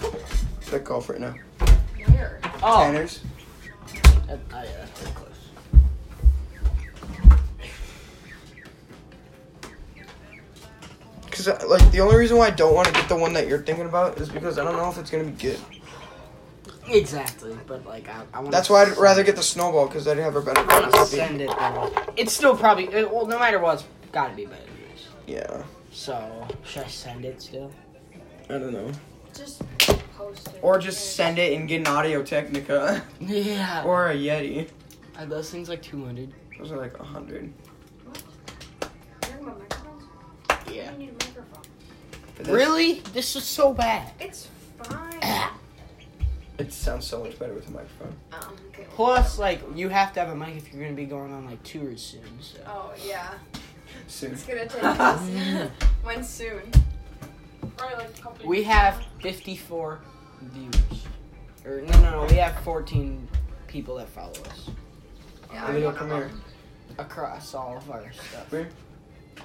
Click golf right now.
Where?
Oh,
Tanners.
That- oh yeah, that's pretty close.
Cause I, like the only reason why I don't want to get the one that you're thinking about is because I don't know if it's gonna be good.
Exactly, but like I, I want.
That's why I'd rather get the snowball because I'd have a better
I want to
copy.
send it. Though. It's still probably it, well, no matter what, it's gotta be better than this.
Yeah.
So should I send it still?
I don't know.
Just post it.
Or just send it and get an Audio Technica <laughs>
Yeah. Or
or a Yeti.
are those things like two hundred?
Those are like a hundred.
You're my microphone?
Yeah.
I need a microphone.
Really? This is so bad.
It's
Ah.
fine.
It sounds so much better with a microphone.
um, okay.
Plus, like you have to have a mic if you're gonna be going on like tours soon. So.
Oh, yeah.
Soon.
It's
<laughs>
gonna take us. <laughs> when soon? <laughs>
Probably like a couple
We
years
have
ago.
54 viewers. Or no, no, no, we have 14 people that follow us
Yeah,
Leo,
I'm
come here.
across all of our stuff.
Where?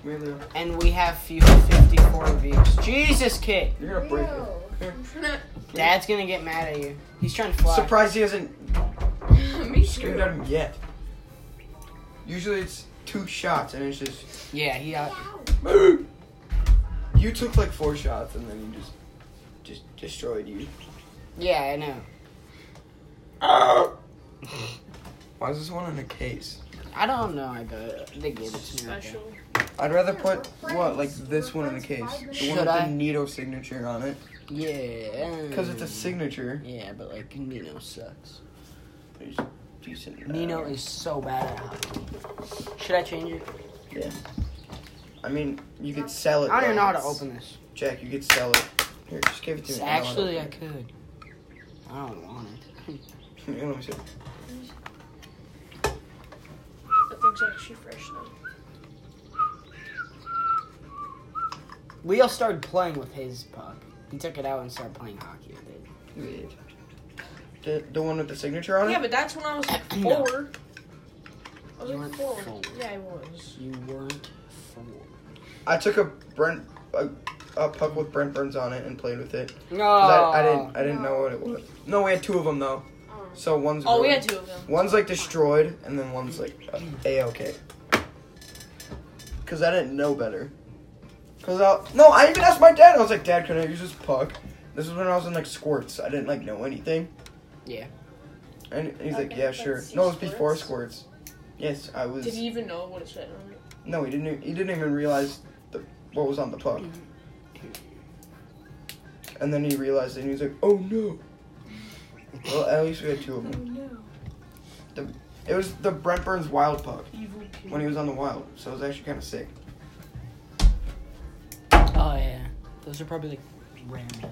Where, Leo?
And we have few 54 views. Jesus, kid.
You're gonna break it.
Dad's gonna get mad at you. He's trying to fly.
Surprised he hasn't
Me
screamed
too.
at him yet. <laughs> Usually it's two shots and it's just.
Yeah, he. Uh,
You You took like four shots and then he just just destroyed <laughs> you.
Yeah, I know.
Why is this one in a case?
I don't know. I got they gave it to me. like that.
Special.
I'd rather put what like this one in a case, the
Should
one with
I?
the Nito signature on it,
Yeah. um,
because it's a signature.
Yeah, but like Nino sucks.
There's decent. in that.
Nino is so bad at hockey. Should I change it?
Yeah. I mean, you could sell it.
I don't even know how to
though.
open this.
Jack, you could sell it. Here, just give it to me.
It's
I know how to
actually, I
open
could. I don't want it. <laughs>
it. You know what I'm saying?
That thing's actually fresh now.
We all started playing with his puck. He took it out and started playing hockey with it.
The, the one with the signature on it.
Yeah, but that's when I was like
No.
four. I was
You
like
weren't
four.
four.
Yeah, I was.
You weren't four.
I took a Brent a, a puck with Brent Burns on it and played with it. 'Cause
No.
I, I didn't I didn't know what it was. No, we had two of them though. So one's
Oh, we
ruined.
had two of them.
One's like destroyed, and then one's like a okay. Cause I didn't know better. Cause I no, I even asked my dad. I was like, Dad, can I use this puck? This is when I was in like squirts. I didn't like know anything.
Yeah.
And he's like,
Okay,
Yeah,
let's
sure.
see
No, it was before
squirts.
squirts. Yes, I was.
Did he even know what it said on it?
No, he didn't. e, He didn't even realize the, what was on the puck. And then he realized it, and he was like, "Oh no!" well, at least we had two of them.
Oh,
The, it was the Brent Burns Wild puck
Evil kid.
when he was on the Wild, so it was actually kind of sick.
Oh yeah. Those are probably like random.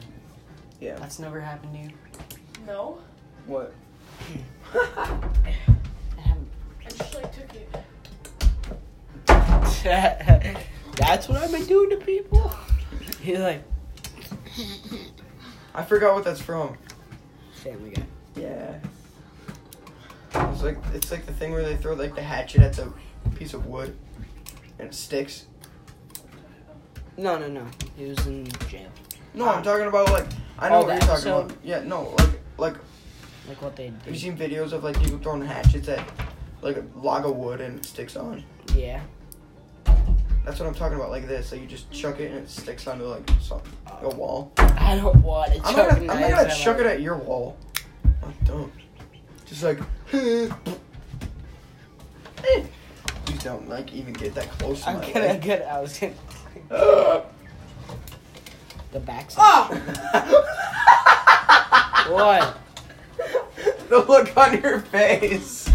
Yeah.
That's never happened to you.
No.
What?
That happened-
I just like took it.
<laughs> That's what I've been doing to people. He's like
I forgot what that's from.
Family Guy.
Yeah. It's like it's like the thing where they throw like the hatchet at the piece of wood, and it sticks.
No, no, no. He was in jail.
No, I'm talking about like I know
Oh,
what you're
the
talking about.
episode?
Yeah, no, like like
Like what they
Have you
did.
seen videos of like people throwing hatchets at like a log of wood and it sticks on?
Yeah.
That's what I'm talking about, like this. Like you just chuck it and it sticks onto like some, a wall.
I don't want to
I'm
chuck
not gonna, I'm not
knives
gonna
at
chuck it
other-
at your wall. I don't. Just like, <laughs> you don't like even get that close to
I'm
my
gonna
<laughs> leg.
get. I was gonna. The backside. Ah! What?
<laughs> the look on your face.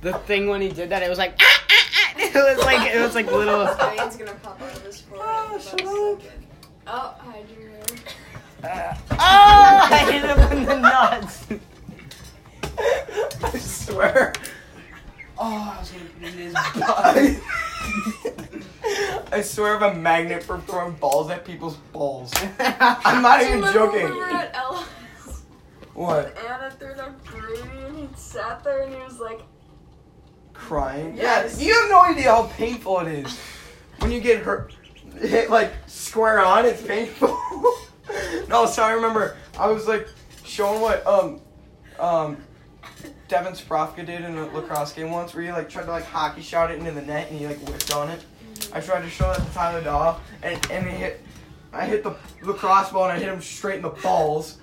The thing when he did that, it was like. "Ah, ah, ah." <laughs> It was like it was like
<laughs>
<laughs> little.
This vein's gonna pop out of this forehead.
Ah,
in
shut
about a
up.
second. Oh, hide your hair.
Oh! I hit him in the nuts.
<laughs> I swear.
Oh, I was gonna put it in
<laughs>
his
I, I swear I'm a magnet for throwing balls at people's
<laughs>
balls. I'm not even
Remember
joking.
when we were at Ella's?
What?
Anna threw the gravy and he sat there and he was like,
Crying?
Yes.
You have no idea how painful it is. When you get hurt, hit like square on, it's painful. <laughs> no, so I remember I was like showing what um um Devin Sprofka did in a lacrosse game once where he like tried to like hockey shot it into the net and he like whipped on it. I tried to show that to Tyler Daw and and he hit I hit the lacrosse ball and I hit him straight in the balls.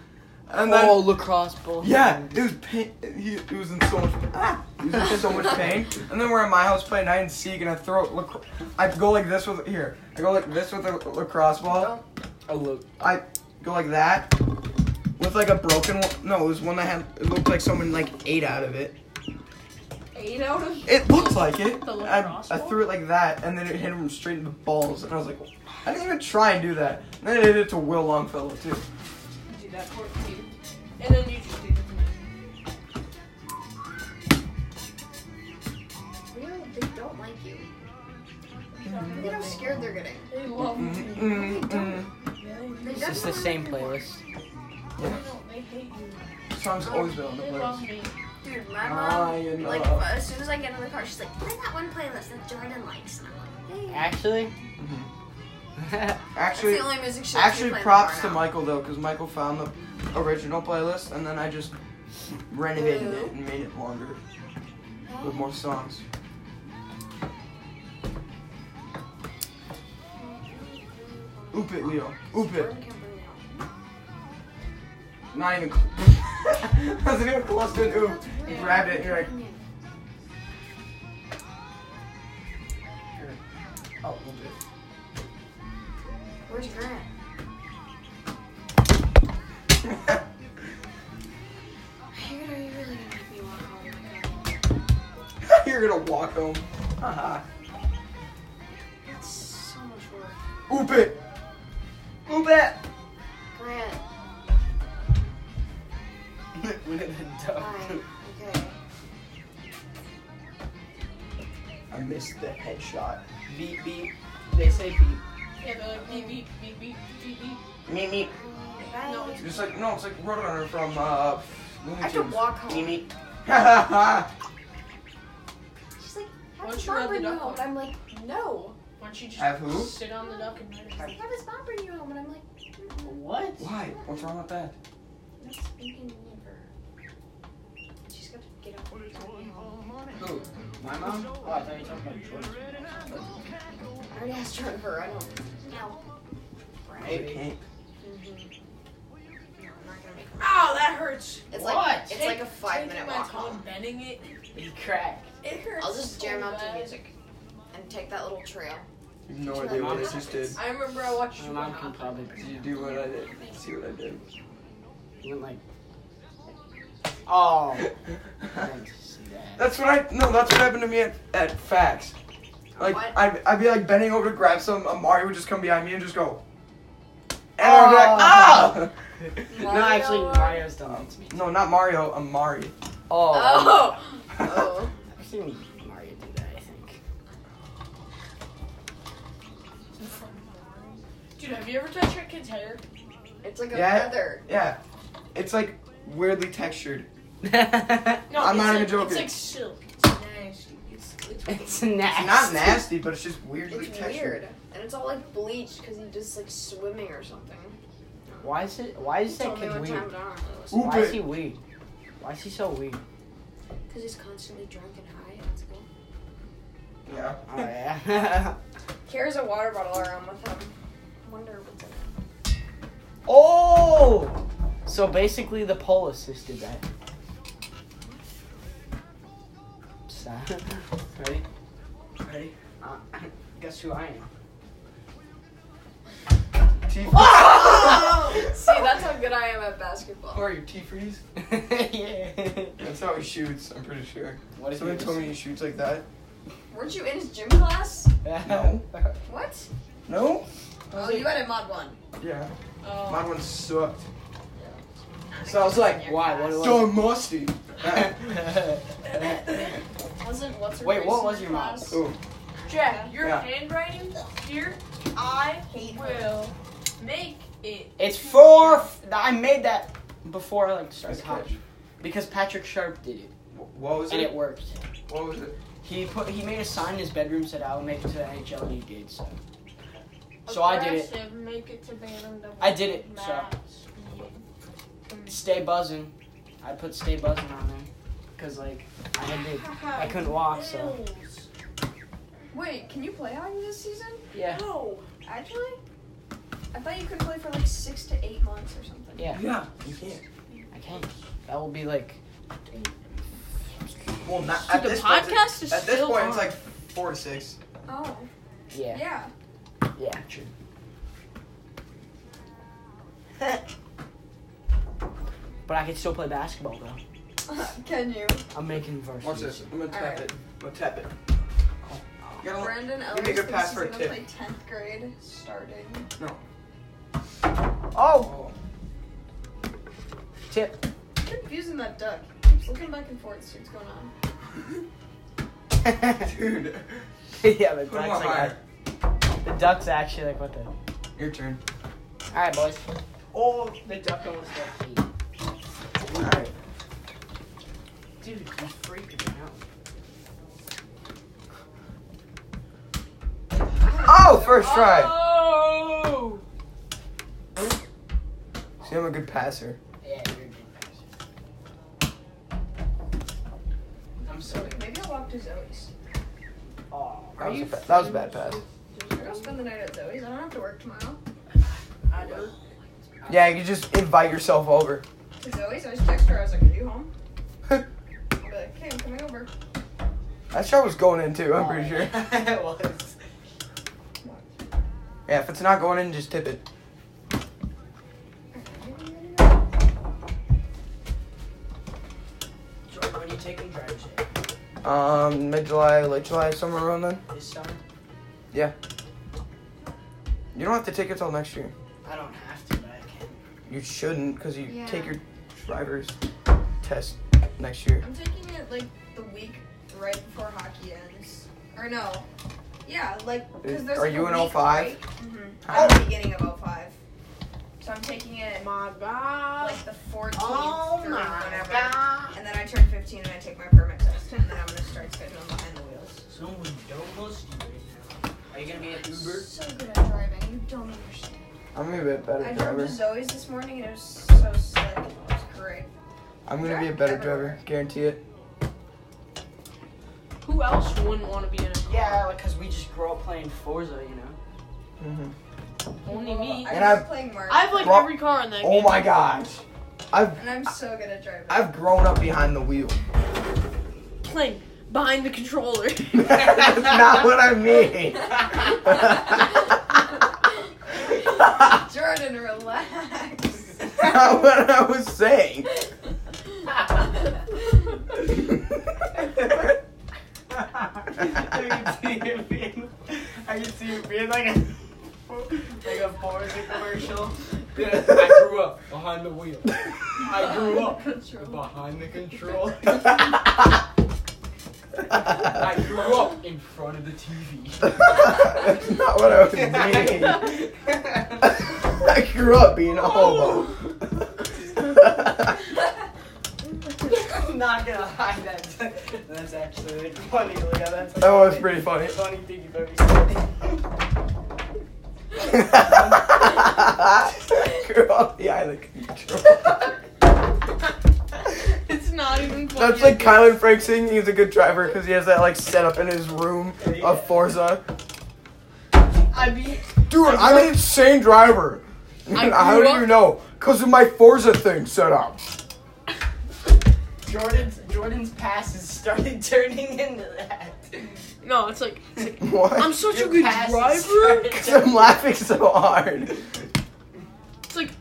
And then
Oh, lacrosse ball.
Yeah, it was pain. He, he was in so much. Ah, he was in
<laughs>
so much pain. And then we're at my house playing hide and seek, and I throw. Lac- I go like this with here. I go like this with a lacrosse ball.
Oh, look.
I go like that with like a broken one. No, it was one that had. It looked like someone like ate out of it.
eight out of
It looked like it.
The
I,
lacrosse
I
ball?
threw it like that, and then it hit him straight in the balls. And I was like, I didn't even try and do that. And then it hit it to Will Longfellow too.
Do that part too. And then you just did it.
Really, they don't like you. Look at how scared they're getting.
They love me.
Mm, mm.
They
It's just the
definitely-
same playlist.
No, they hate you.
Song's always been on the
They love
playlist.
me.
Dude, my
Ah, you
mom, like,
know.
as soon as I get in the car, she's like, play that one playlist that Jordan likes. And I'm like, "Yeah."
Actually.
That's
Mm-hmm. <laughs>
Actually,
the only music she lets me
Actually,
play in the
props
car
to
now.
Michael though, because Michael found the original playlist and then I just renovated it and made it longer with more songs. Oop it, Leo. Oop it.
Jordan can't bring it home.
Not even. Cl- <laughs> Wasn't even close to an oop. You grab it and you're like, oh, we'll do it.
Where's Grant? Dude, are you really gonna make me walk home? Like, that?
<laughs> you're gonna walk home. Haha.
that's so much work.
Oop it. Oop it. <laughs>
Grant,
Win it and
hi.
dunk.
Okay.
I missed the headshot.
Beep beep. They say beep.
Yeah, they're like beep beep beep beep beep beep.
Meep meep.
Bye.
No, it's-
Just like no, it's like Roadrunner from uh. Looney
I can
Tunes.
walk home.
Meep meep.
<laughs>
She's like,
Why
how
don't
does
you
mom
rub the
bring you
duck
home?
off?
I'm like, no.
Why don't you just
Have who?
sit on the duck and
She's like, how does mom bring you home? And I'm like, mm-mm.
what?
Why? What's wrong with that?
that's inconvenient for her. She's got to get up and bring me home.
Who? My mom? Oh, I thought you were talking about George.
I already asked her for her. I don't. No.
Maybe.
Mhm. No, I'm not gonna make her. Ow, that hurts. It's like it's like a five minute
my
walk
time
home.
bending it.
You crack.
It hurts.
I'll just
so
jam out to
bad.
music and take that little trail.
No idea what I just did.
I remember I watched
My
you
mom
on
can probably.
Did you do what I did? See what I did?
You went like. Oh.
<laughs>
I didn't see that.
That's what I no. That's what happened to me at, at facts. Like
What?
I'd, I'd be like bending over to grab some. Uh, Mario would just come behind me and just go. And I'd be like,
No, actually, Mario's done that to me.
ah! <laughs> No, not Mario. I'm Mari.
Oh.
Oh.
<laughs>
Oh.
I've seen Mario do that. I think.
Dude, have you ever touched your kid's hair?
It's like a
Yeah.
feather.
yeah, it's like weirdly textured.
No,
I'm
it's
not
like,
even
It's
joking.
like silk. It's nasty. It's, it's
<laughs> it's
It's
nasty.
not nasty, but it's just weirdly
It's
textured.
weird. And it's all like bleached because he just like swimming or something.
Why is it? Why is that
Told me
kid
one
weird?
time, but I don't really listen.
Oop
Why is he
it.
weird? Why is he so <laughs> weird?
Because he's constantly drunk and high and it's cool.
Yeah.
Oh
<laughs>
yeah. <laughs>
Carries a water bottle around with him. Wonder what's in it.
oh. So basically, the pole assisted that. So, <laughs> ready? Ready? Uh, <laughs> guess who I am?
T- <laughs>
See, that's how good I am at basketball.
Mario, T freeze.
<laughs> yeah.
That's how he shoots. I'm pretty sure.
What
Someone told me he shoots like that.
Weren't you in his gym class?
No.
What?
No.
Oh, you had a mod one.
Yeah.
Oh.
Mine one sucked. So I was like,
Why? What was
Don Musty. <laughs>
Wasn't what's
<laughs>
her
Wait, what
face
was
in
your
class?
mouse?
Ooh.
Jack, your
Yeah.
handwriting here, I will make it.
It's four. F- I made that before I like started
Nice
college
catch.
because Patrick Sharp did it
Wh- What was
and it
it?
worked.
What was it?
He put he made a sign in his bedroom said I will make it to the NHL and he did so. So I did it.
Aggressive, Make it to Bantam double
I did it,
max.
Stay buzzing. I put stay buzzing on there because like I had to. I
<laughs>
couldn't walk, so-
Nails.
Wait, can you play on this season?
Yeah.
No, actually, I thought you could play for like six to eight months or something.
Yeah.
Yeah. You can't.
I can't. That will be like
Well, not
Dude,
at
the
this point.
podcast is
At this
still
point,
on.
it's like four to six.
Oh,
yeah.
yeah. <laughs>
Yeah.
<laughs>
True. but I could still play basketball though.
can you?
I'm making varsity.
Watch this. I'm gonna tap
Alright.
it. I'm gonna tap it. You gotta look.
Brandon
me a
Ellis
good
thinks
pass
he's
for a
gonna
tip.
play tenth grade starting.
Oh,
Oh.
tip.
Confusing that duck. Keeps looking back and forth. See what's going on.
<laughs> Dude.
<laughs> yeah, the ducks.
Put him
like,
on higher.
the ducks actually like what the.
Your turn.
All right, boys. Oh, the duck almost got feet.
Alright.
Dude, you freaking out.
Oh, first try.
Oh!
See, I'm a good passer.
Yeah, you're a good passer. I'm so.
Maybe I'll walk to Zoe's.
Oh,
That was, a ba- that was a bad pass.
Maybe I'll spend the night at Zoe's. I don't have to work tomorrow.
Colorado.
Yeah, you just invite yourself over. <laughs>
Zoe's always text her. I was like, "Are you home?" I'll be like, "Okay, I'm coming over."
That show was going in too, I'm pretty
Oh,
sure.
<laughs> it was.
Yeah, if it's not going in, just tip it.
Jordan, when you taking drive shit
Um, mid July, late July, somewhere around then.
this summer?
You don't have to take it till next year.
I don't have to, but I can.
You shouldn't, because you
Yeah.
take your driver's test next year.
I'm taking it like the week right before hockey ends, or no? Yeah, like because there's
Are
like,
you
a
in Mm-hmm.
week
05?
break. Mhm.
Huh?
I'm beginning of 05. So I'm taking it
My God.
like the 14th
Oh
through
my
whenever.
God.
And then I turn 15 and I take my permit test, and then I'm gonna start scheduling behind the wheels.
Someone don't bust you right now. Are you gonna be an Uber?
So good at driving, you don't understand.
I'm gonna be a better
I drove
driver.
to Zoe's this morning and it was so slick. It was great.
I'm gonna be a better
Everywhere.
driver, guarantee it.
Who else wouldn't want to be in a car?
Yeah, like, cause we just grow up playing Forza, you know.
Mhm.
Only me.
I
And
was
I've-
playing Mario.
I have like
Bro-
every car in that
Oh
game.
my gosh, I've
and I'm so good at driving.
I've grown up behind the wheel. <laughs>
Playing behind the controller. <laughs>
That's not what I mean. <laughs>
<laughs> Jordan, relax.
not what I was saying.
I can see it being, I can see it being like a, like a Forza commercial. Dude, I grew up behind the wheel. I grew up behind the control. I grew up in front of the TV.
That's not what I was meaning. I grew up being a hobo.
I'm not gonna hide that. That's actually really funny. Look at <laughs> that.
that was pretty funny.
Funny thing you've ever said.
grew up behind the control.
it's not even funny.
That's like Kylan Frank saying he's a good driver because he has that like set up in his room of Forza.
I be
Dude, I'm an insane driver.
I
<laughs> How
grew
do
up-
you know? Because of my Forza thing set up. <laughs>
Jordan's Jordan's passes started turning into that.
no. It's like, it's like
What?
I'm such
Your
a good
passes
driver.
started
<laughs> 'Cause I'm laughing so
<laughs>
hard.
It's like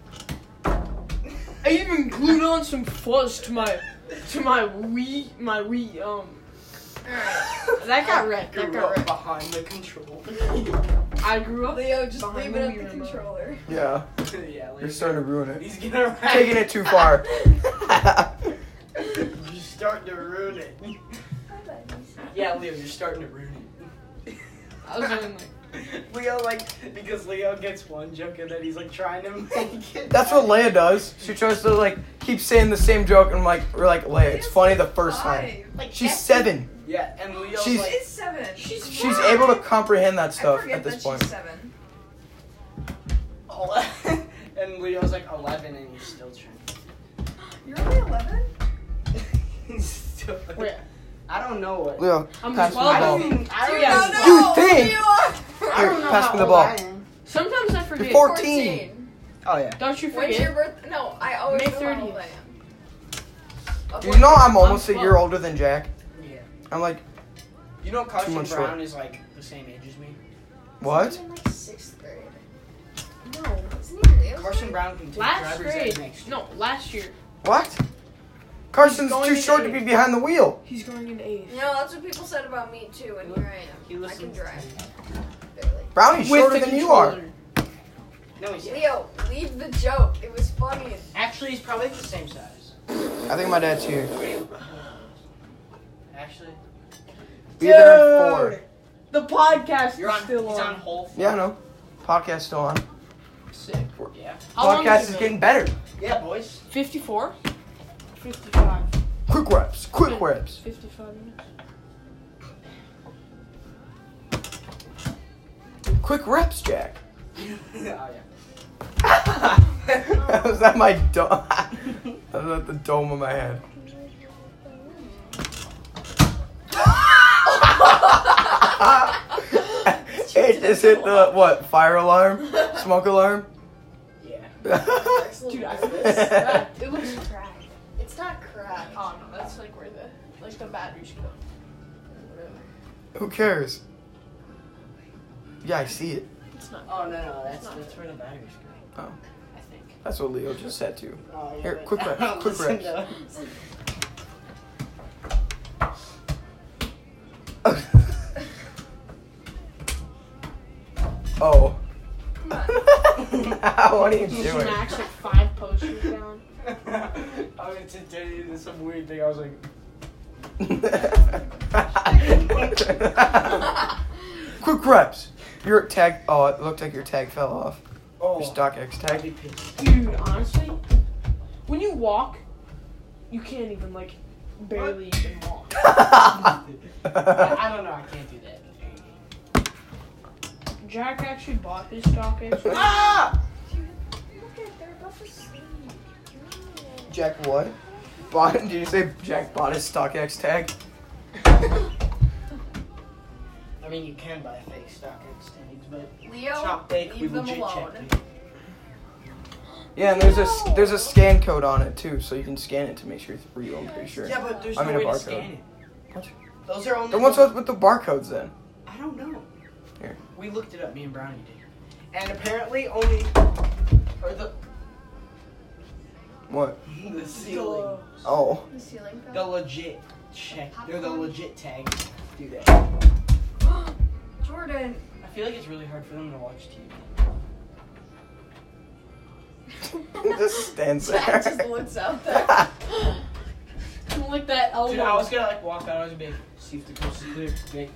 I even glued on some fuzz to my to my Wii my Wii um. That got wrecked. That
Grew
got
up
wrecked.
behind the control.
I grew up.
Leo, just
Behind
leave
the
it at
Wii
the
remote.
controller.
Yeah,
yeah, like,
you're starting to ruin it.
he's gonna wreck.
Taking it
<laughs>
too far. <laughs>
<laughs> You're starting to ruin it. <laughs> Yeah, Leo, you're starting to ruin
I was doing like,
<laughs> it. Leo like because Leo gets one joke and then he's like trying to make it.
That's what Leia does. She tries to like keep saying the same joke, and I'm like, we're like, Leia, it's funny the first time.
Five.
She's seven.
Yeah, and Leo's
She's-
like
She's seven. She's
She's able to comprehend that
I
stuff
forget
at this
that
point.
She's seven.
ele- <laughs> and Leo's like eleven and you're still trying. <laughs>
You're only eleven.
He's still like-
wait,
I don't know what.
Leo,
I'm
pass me the
I
twelve.
ball.
don't even. I don't
You
Yeah.
even.
don't know
You
who
think?
you are.
I don't
Here,
know
pass
how
me the
old
ball.
I am.
Sometimes I forget.
Before- 14. Oh yeah.
Don't you
When's your
forget?
birth? No, I always
May
know
30th.
how old I am. Of
You
what-
know I'm almost a year
12.
older than Jack.
Yeah.
I'm like,
You know, Carson Brown
much short.
is like the same age as me.
what?
In like sixth grade.
No.
Isn't he Leo's
Carson Brown can take
Last
driver's ed
grade.
next year.
No, last year.
What? Carson's
going
too
to
short to
be-
be behind the wheel.
He's going into eighth.
You know, that's what people said about me too, and here I
He
am. I can
listens. to
drive,
me.
barely.
Brownie's shorter than you are.
No, he's
Leo, leave the joke. It was funny.
actually he's probably the same size.
I think my dad's here.
Actually,
Be there at four.
The podcast
you're on.
is still
he's on
on.
whole.
Yeah, I know. Podcast's still on.
Sick.
Yeah.
How long
Podcast
it
is
been?
getting better.
Yeah, boys.
54? 55.
Quick reps. Quick reps.
55 minutes.
Quick reps, Jack.
<laughs> oh yeah.
<laughs> was that my dome? that <laughs> was at the dome of
<laughs>
my head. it just hit the what? Fire alarm? Smoke alarm? <laughs>
Dude, I cracked. It looks
Right.
It's not cracked. Oh no, that's like where the like the batteries go. Whatever.
Who cares? Yeah, I see it.
It's not.
Oh no no, that's that's where the batteries
I think.
Oh. That's what Leo just said too.
go. Oh, yeah,
Here,
but-
quick reps,
I <laughs> don't
quick
listen
reps.
to them.
<laughs>
<laughs>
oh. <laughs> what are you doing?
Snacks like five posters down.
<laughs> I was just telling you this some weird thing. I was like,
<laughs> quick reps. Your tag. Oh, it looked like your tag fell off.
oh,
Your stock X
I'd <laughs>
<laughs>
be
tag. <laughs>
pissed.
Dude, honestly, when you walk, you can't even like barely even walk.
<laughs> I, I don't know. I can't do that.
Jack actually bought this stock actually.
Ah!
Look at they're both asleep.
Jack what? Bought? <laughs> Did you say Jack bought his stock X tag?
I mean, you can buy fake stock exchange, but it's
Leo,
not fake. We
leave them
legit
alone.
checked it.
Yeah, and there's a s- there's a scan code on it too, so you can scan it to make sure it's real. I'm pretty sure.
Yeah, but there's
I
no
mean, a
way to
barcode.
scan it.
What?
Those are only.
Then what's up with the barcodes then?
I don't know.
Here.
We looked it up. Me and Brownie did. And apparently only, or the <laughs>
What?
the ceiling,
Oh. <laughs>
The ceiling fell.
the legit check. They're the legit tags. Do that. <laughs>
Jordan.
I feel like it's really hard for them to watch TV.
Just stands
Jack
<laughs>
<laughs>
just
there.
looks out there.
like that elbow.
Dude, I was gonna like walk out. I was gonna be like, see if the coast is clear. Like,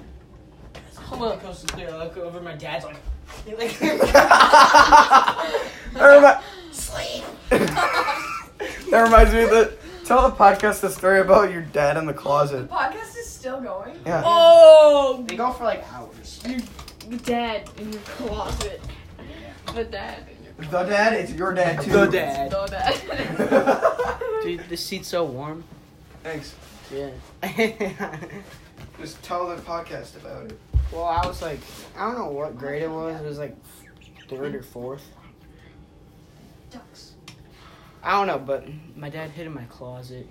Hold
the
up.
coast is clear. I look over. My dad's like, <laughs> he, like
That remi- <laughs> that reminds me that tell the podcast the story about your dad in the closet.
Podcast is still going.
Yeah.
Oh,
they go for like hours.
the dad in your closet. The dad in your
The dad, it's your dad too.
The dad.
the dad.
<laughs> Dude, this seat's so warm.
<laughs> Thanks.
<laughs> Yeah.
Just tell the podcast about it.
well, I was like, I don't know what grade it was. It was like third or fourth.
Ducks.
I don't know, but my dad hid in my closet.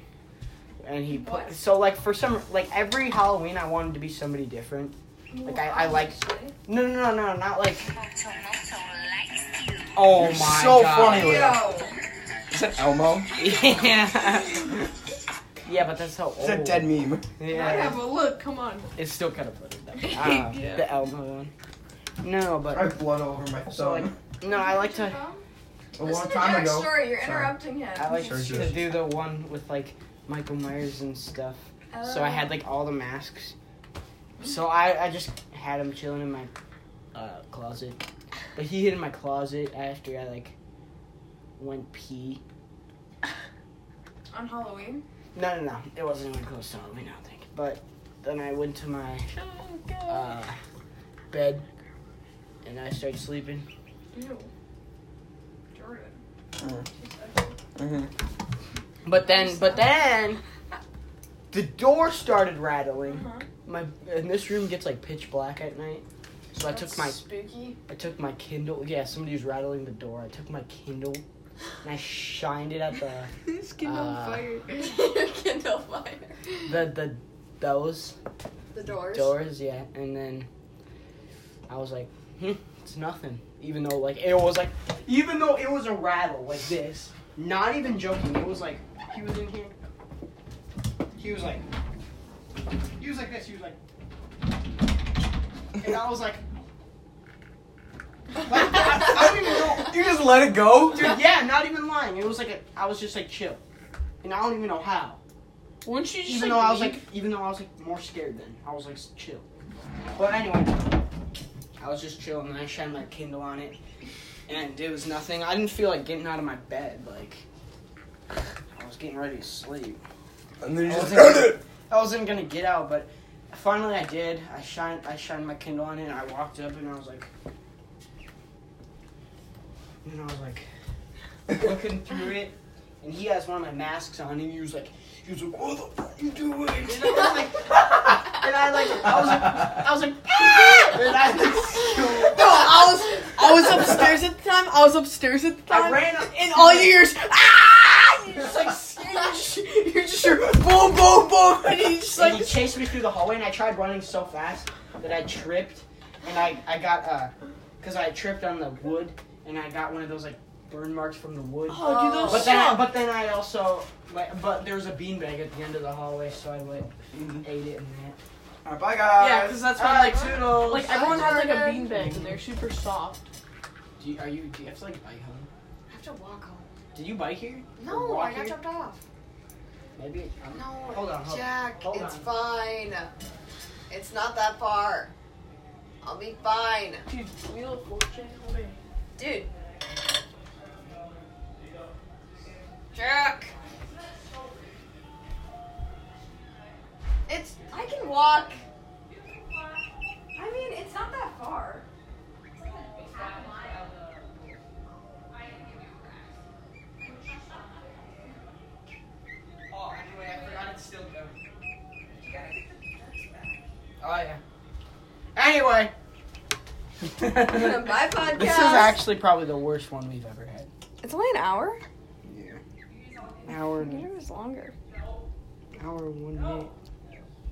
And he put so like for some like every Halloween I wanted to be somebody different. Like I, I like no no no no not like oh my
so
god
funny.
Leo.
Is that Elmo?
<laughs> yeah yeah but that's how old
It's a dead meme.
yeah
a look. Come on.
it's still kind of funny though. I don't know,
Yeah.
the Elmo one no
I
but
have blood all over my thumb.
so like no I like to
a
Listen
long
to
time
Jack's
ago.
story. You're
Sorry.
interrupting him.
I like
Sure,
to
sure.
do the one with like Michael Myers and stuff. Uh, So I had
Oh.
like all the masks. So I, I just had him chilling in my uh, closet. But he hid in my closet after I like went pee.
Um,
on Halloween.
No, no, no. It wasn't even close to Halloween, I don't think. But then I went to my uh, bed and I started sleeping.
Ew. Jordan.
Mm.
She's ugly.
Mhm.
But then, but then, the door started rattling.
Uh-huh.
My and this room gets like pitch black at night. So I took my
spooky.
I took my Kindle. Yeah, somebody was rattling the door. I took my Kindle and I shined it at the
Skin
Uh,
on
<laughs>
fire.
Kindle fire.
the the those
The
<laughs>
doors.
doors. Yeah, and then I was like, hmm, it's nothing. Even though like it was like, even though it was a rattle like this, not even joking. It was like he was in here. He was like, he was like this. He was like, and I was like. like I, I don't even know.
You just let it go?
Dude, yeah, I'm not even lying. It was like a, I was just like chill, and I don't even know how.
Wouldn't you just
Even
like,
though I was
leave?
like, even though I was like more scared then, I was like s- chill. But anyway, I was just chill, and then I shined my Kindle on it, and it was nothing. I didn't feel like getting out of my bed. Like I was getting ready to sleep.
And then you
I
just
wasn't, I wasn't gonna get out, but finally I did. I shined, I shined my Kindle on it, and I walked up, and I was like, and I was like looking through it, and he has one of my masks on, and he was like, he was like, what the fuck you doing? And I was like,
<laughs>
and I like, I was like, I was like, "Ah!" and I like, no,
I was I was upstairs at the time. I was upstairs at the time.
I ran up.
and all you hear is ah! You're just like scared. You're just, you're just sure boom, boom, boom, and he's just
And
like
he chased me through the hallway, and I tried running so fast that I tripped, and I I got uh, cause I tripped on the wood, and I got one of those like burn marks from the wood.
Oh, dude, those
But then, I,
suck.
but then I also, like, but there was a beanbag at the end of the hallway, so I like ate it and that.
Alright, bye guys.
Yeah, 'cause that's why,
Alright,
like,
toodles.
Like everyone has like a beanbag and they're super soft.
do you, are you? Do you have to like bike home?
I have to walk home.
Did you bike here? Or
No,
walk
I got
here?
dropped off.
Maybe. Um,
No,
Hold on, hold-
Jack,
hold
it's
on.
fine. It's not that far. I'll be fine.
Dude, Wheel of Fortune.
Dude. Jack. It's. I can walk.
I mean, it's not that far.
Oh, anyway, I forgot it's still going. Oh yeah. Anyway. <laughs>
My podcast.
This is actually probably the worst one we've ever had.
It's only an hour.
Hour,
It was longer.
hour one minute.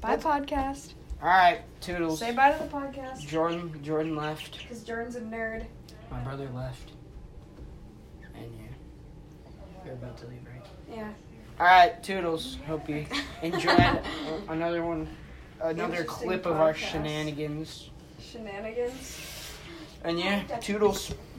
Bye podcast.
All right, toodles.
Say bye to the podcast.
Jordan, Jordan left.
Cause Jordan's a nerd.
My brother left. And yeah, you're about to leave, right?
Yeah.
All right, toodles. Hope you enjoyed another one, another
Interesting
clip of our
podcast.
shenanigans.
Shenanigans.
And yeah, toodles.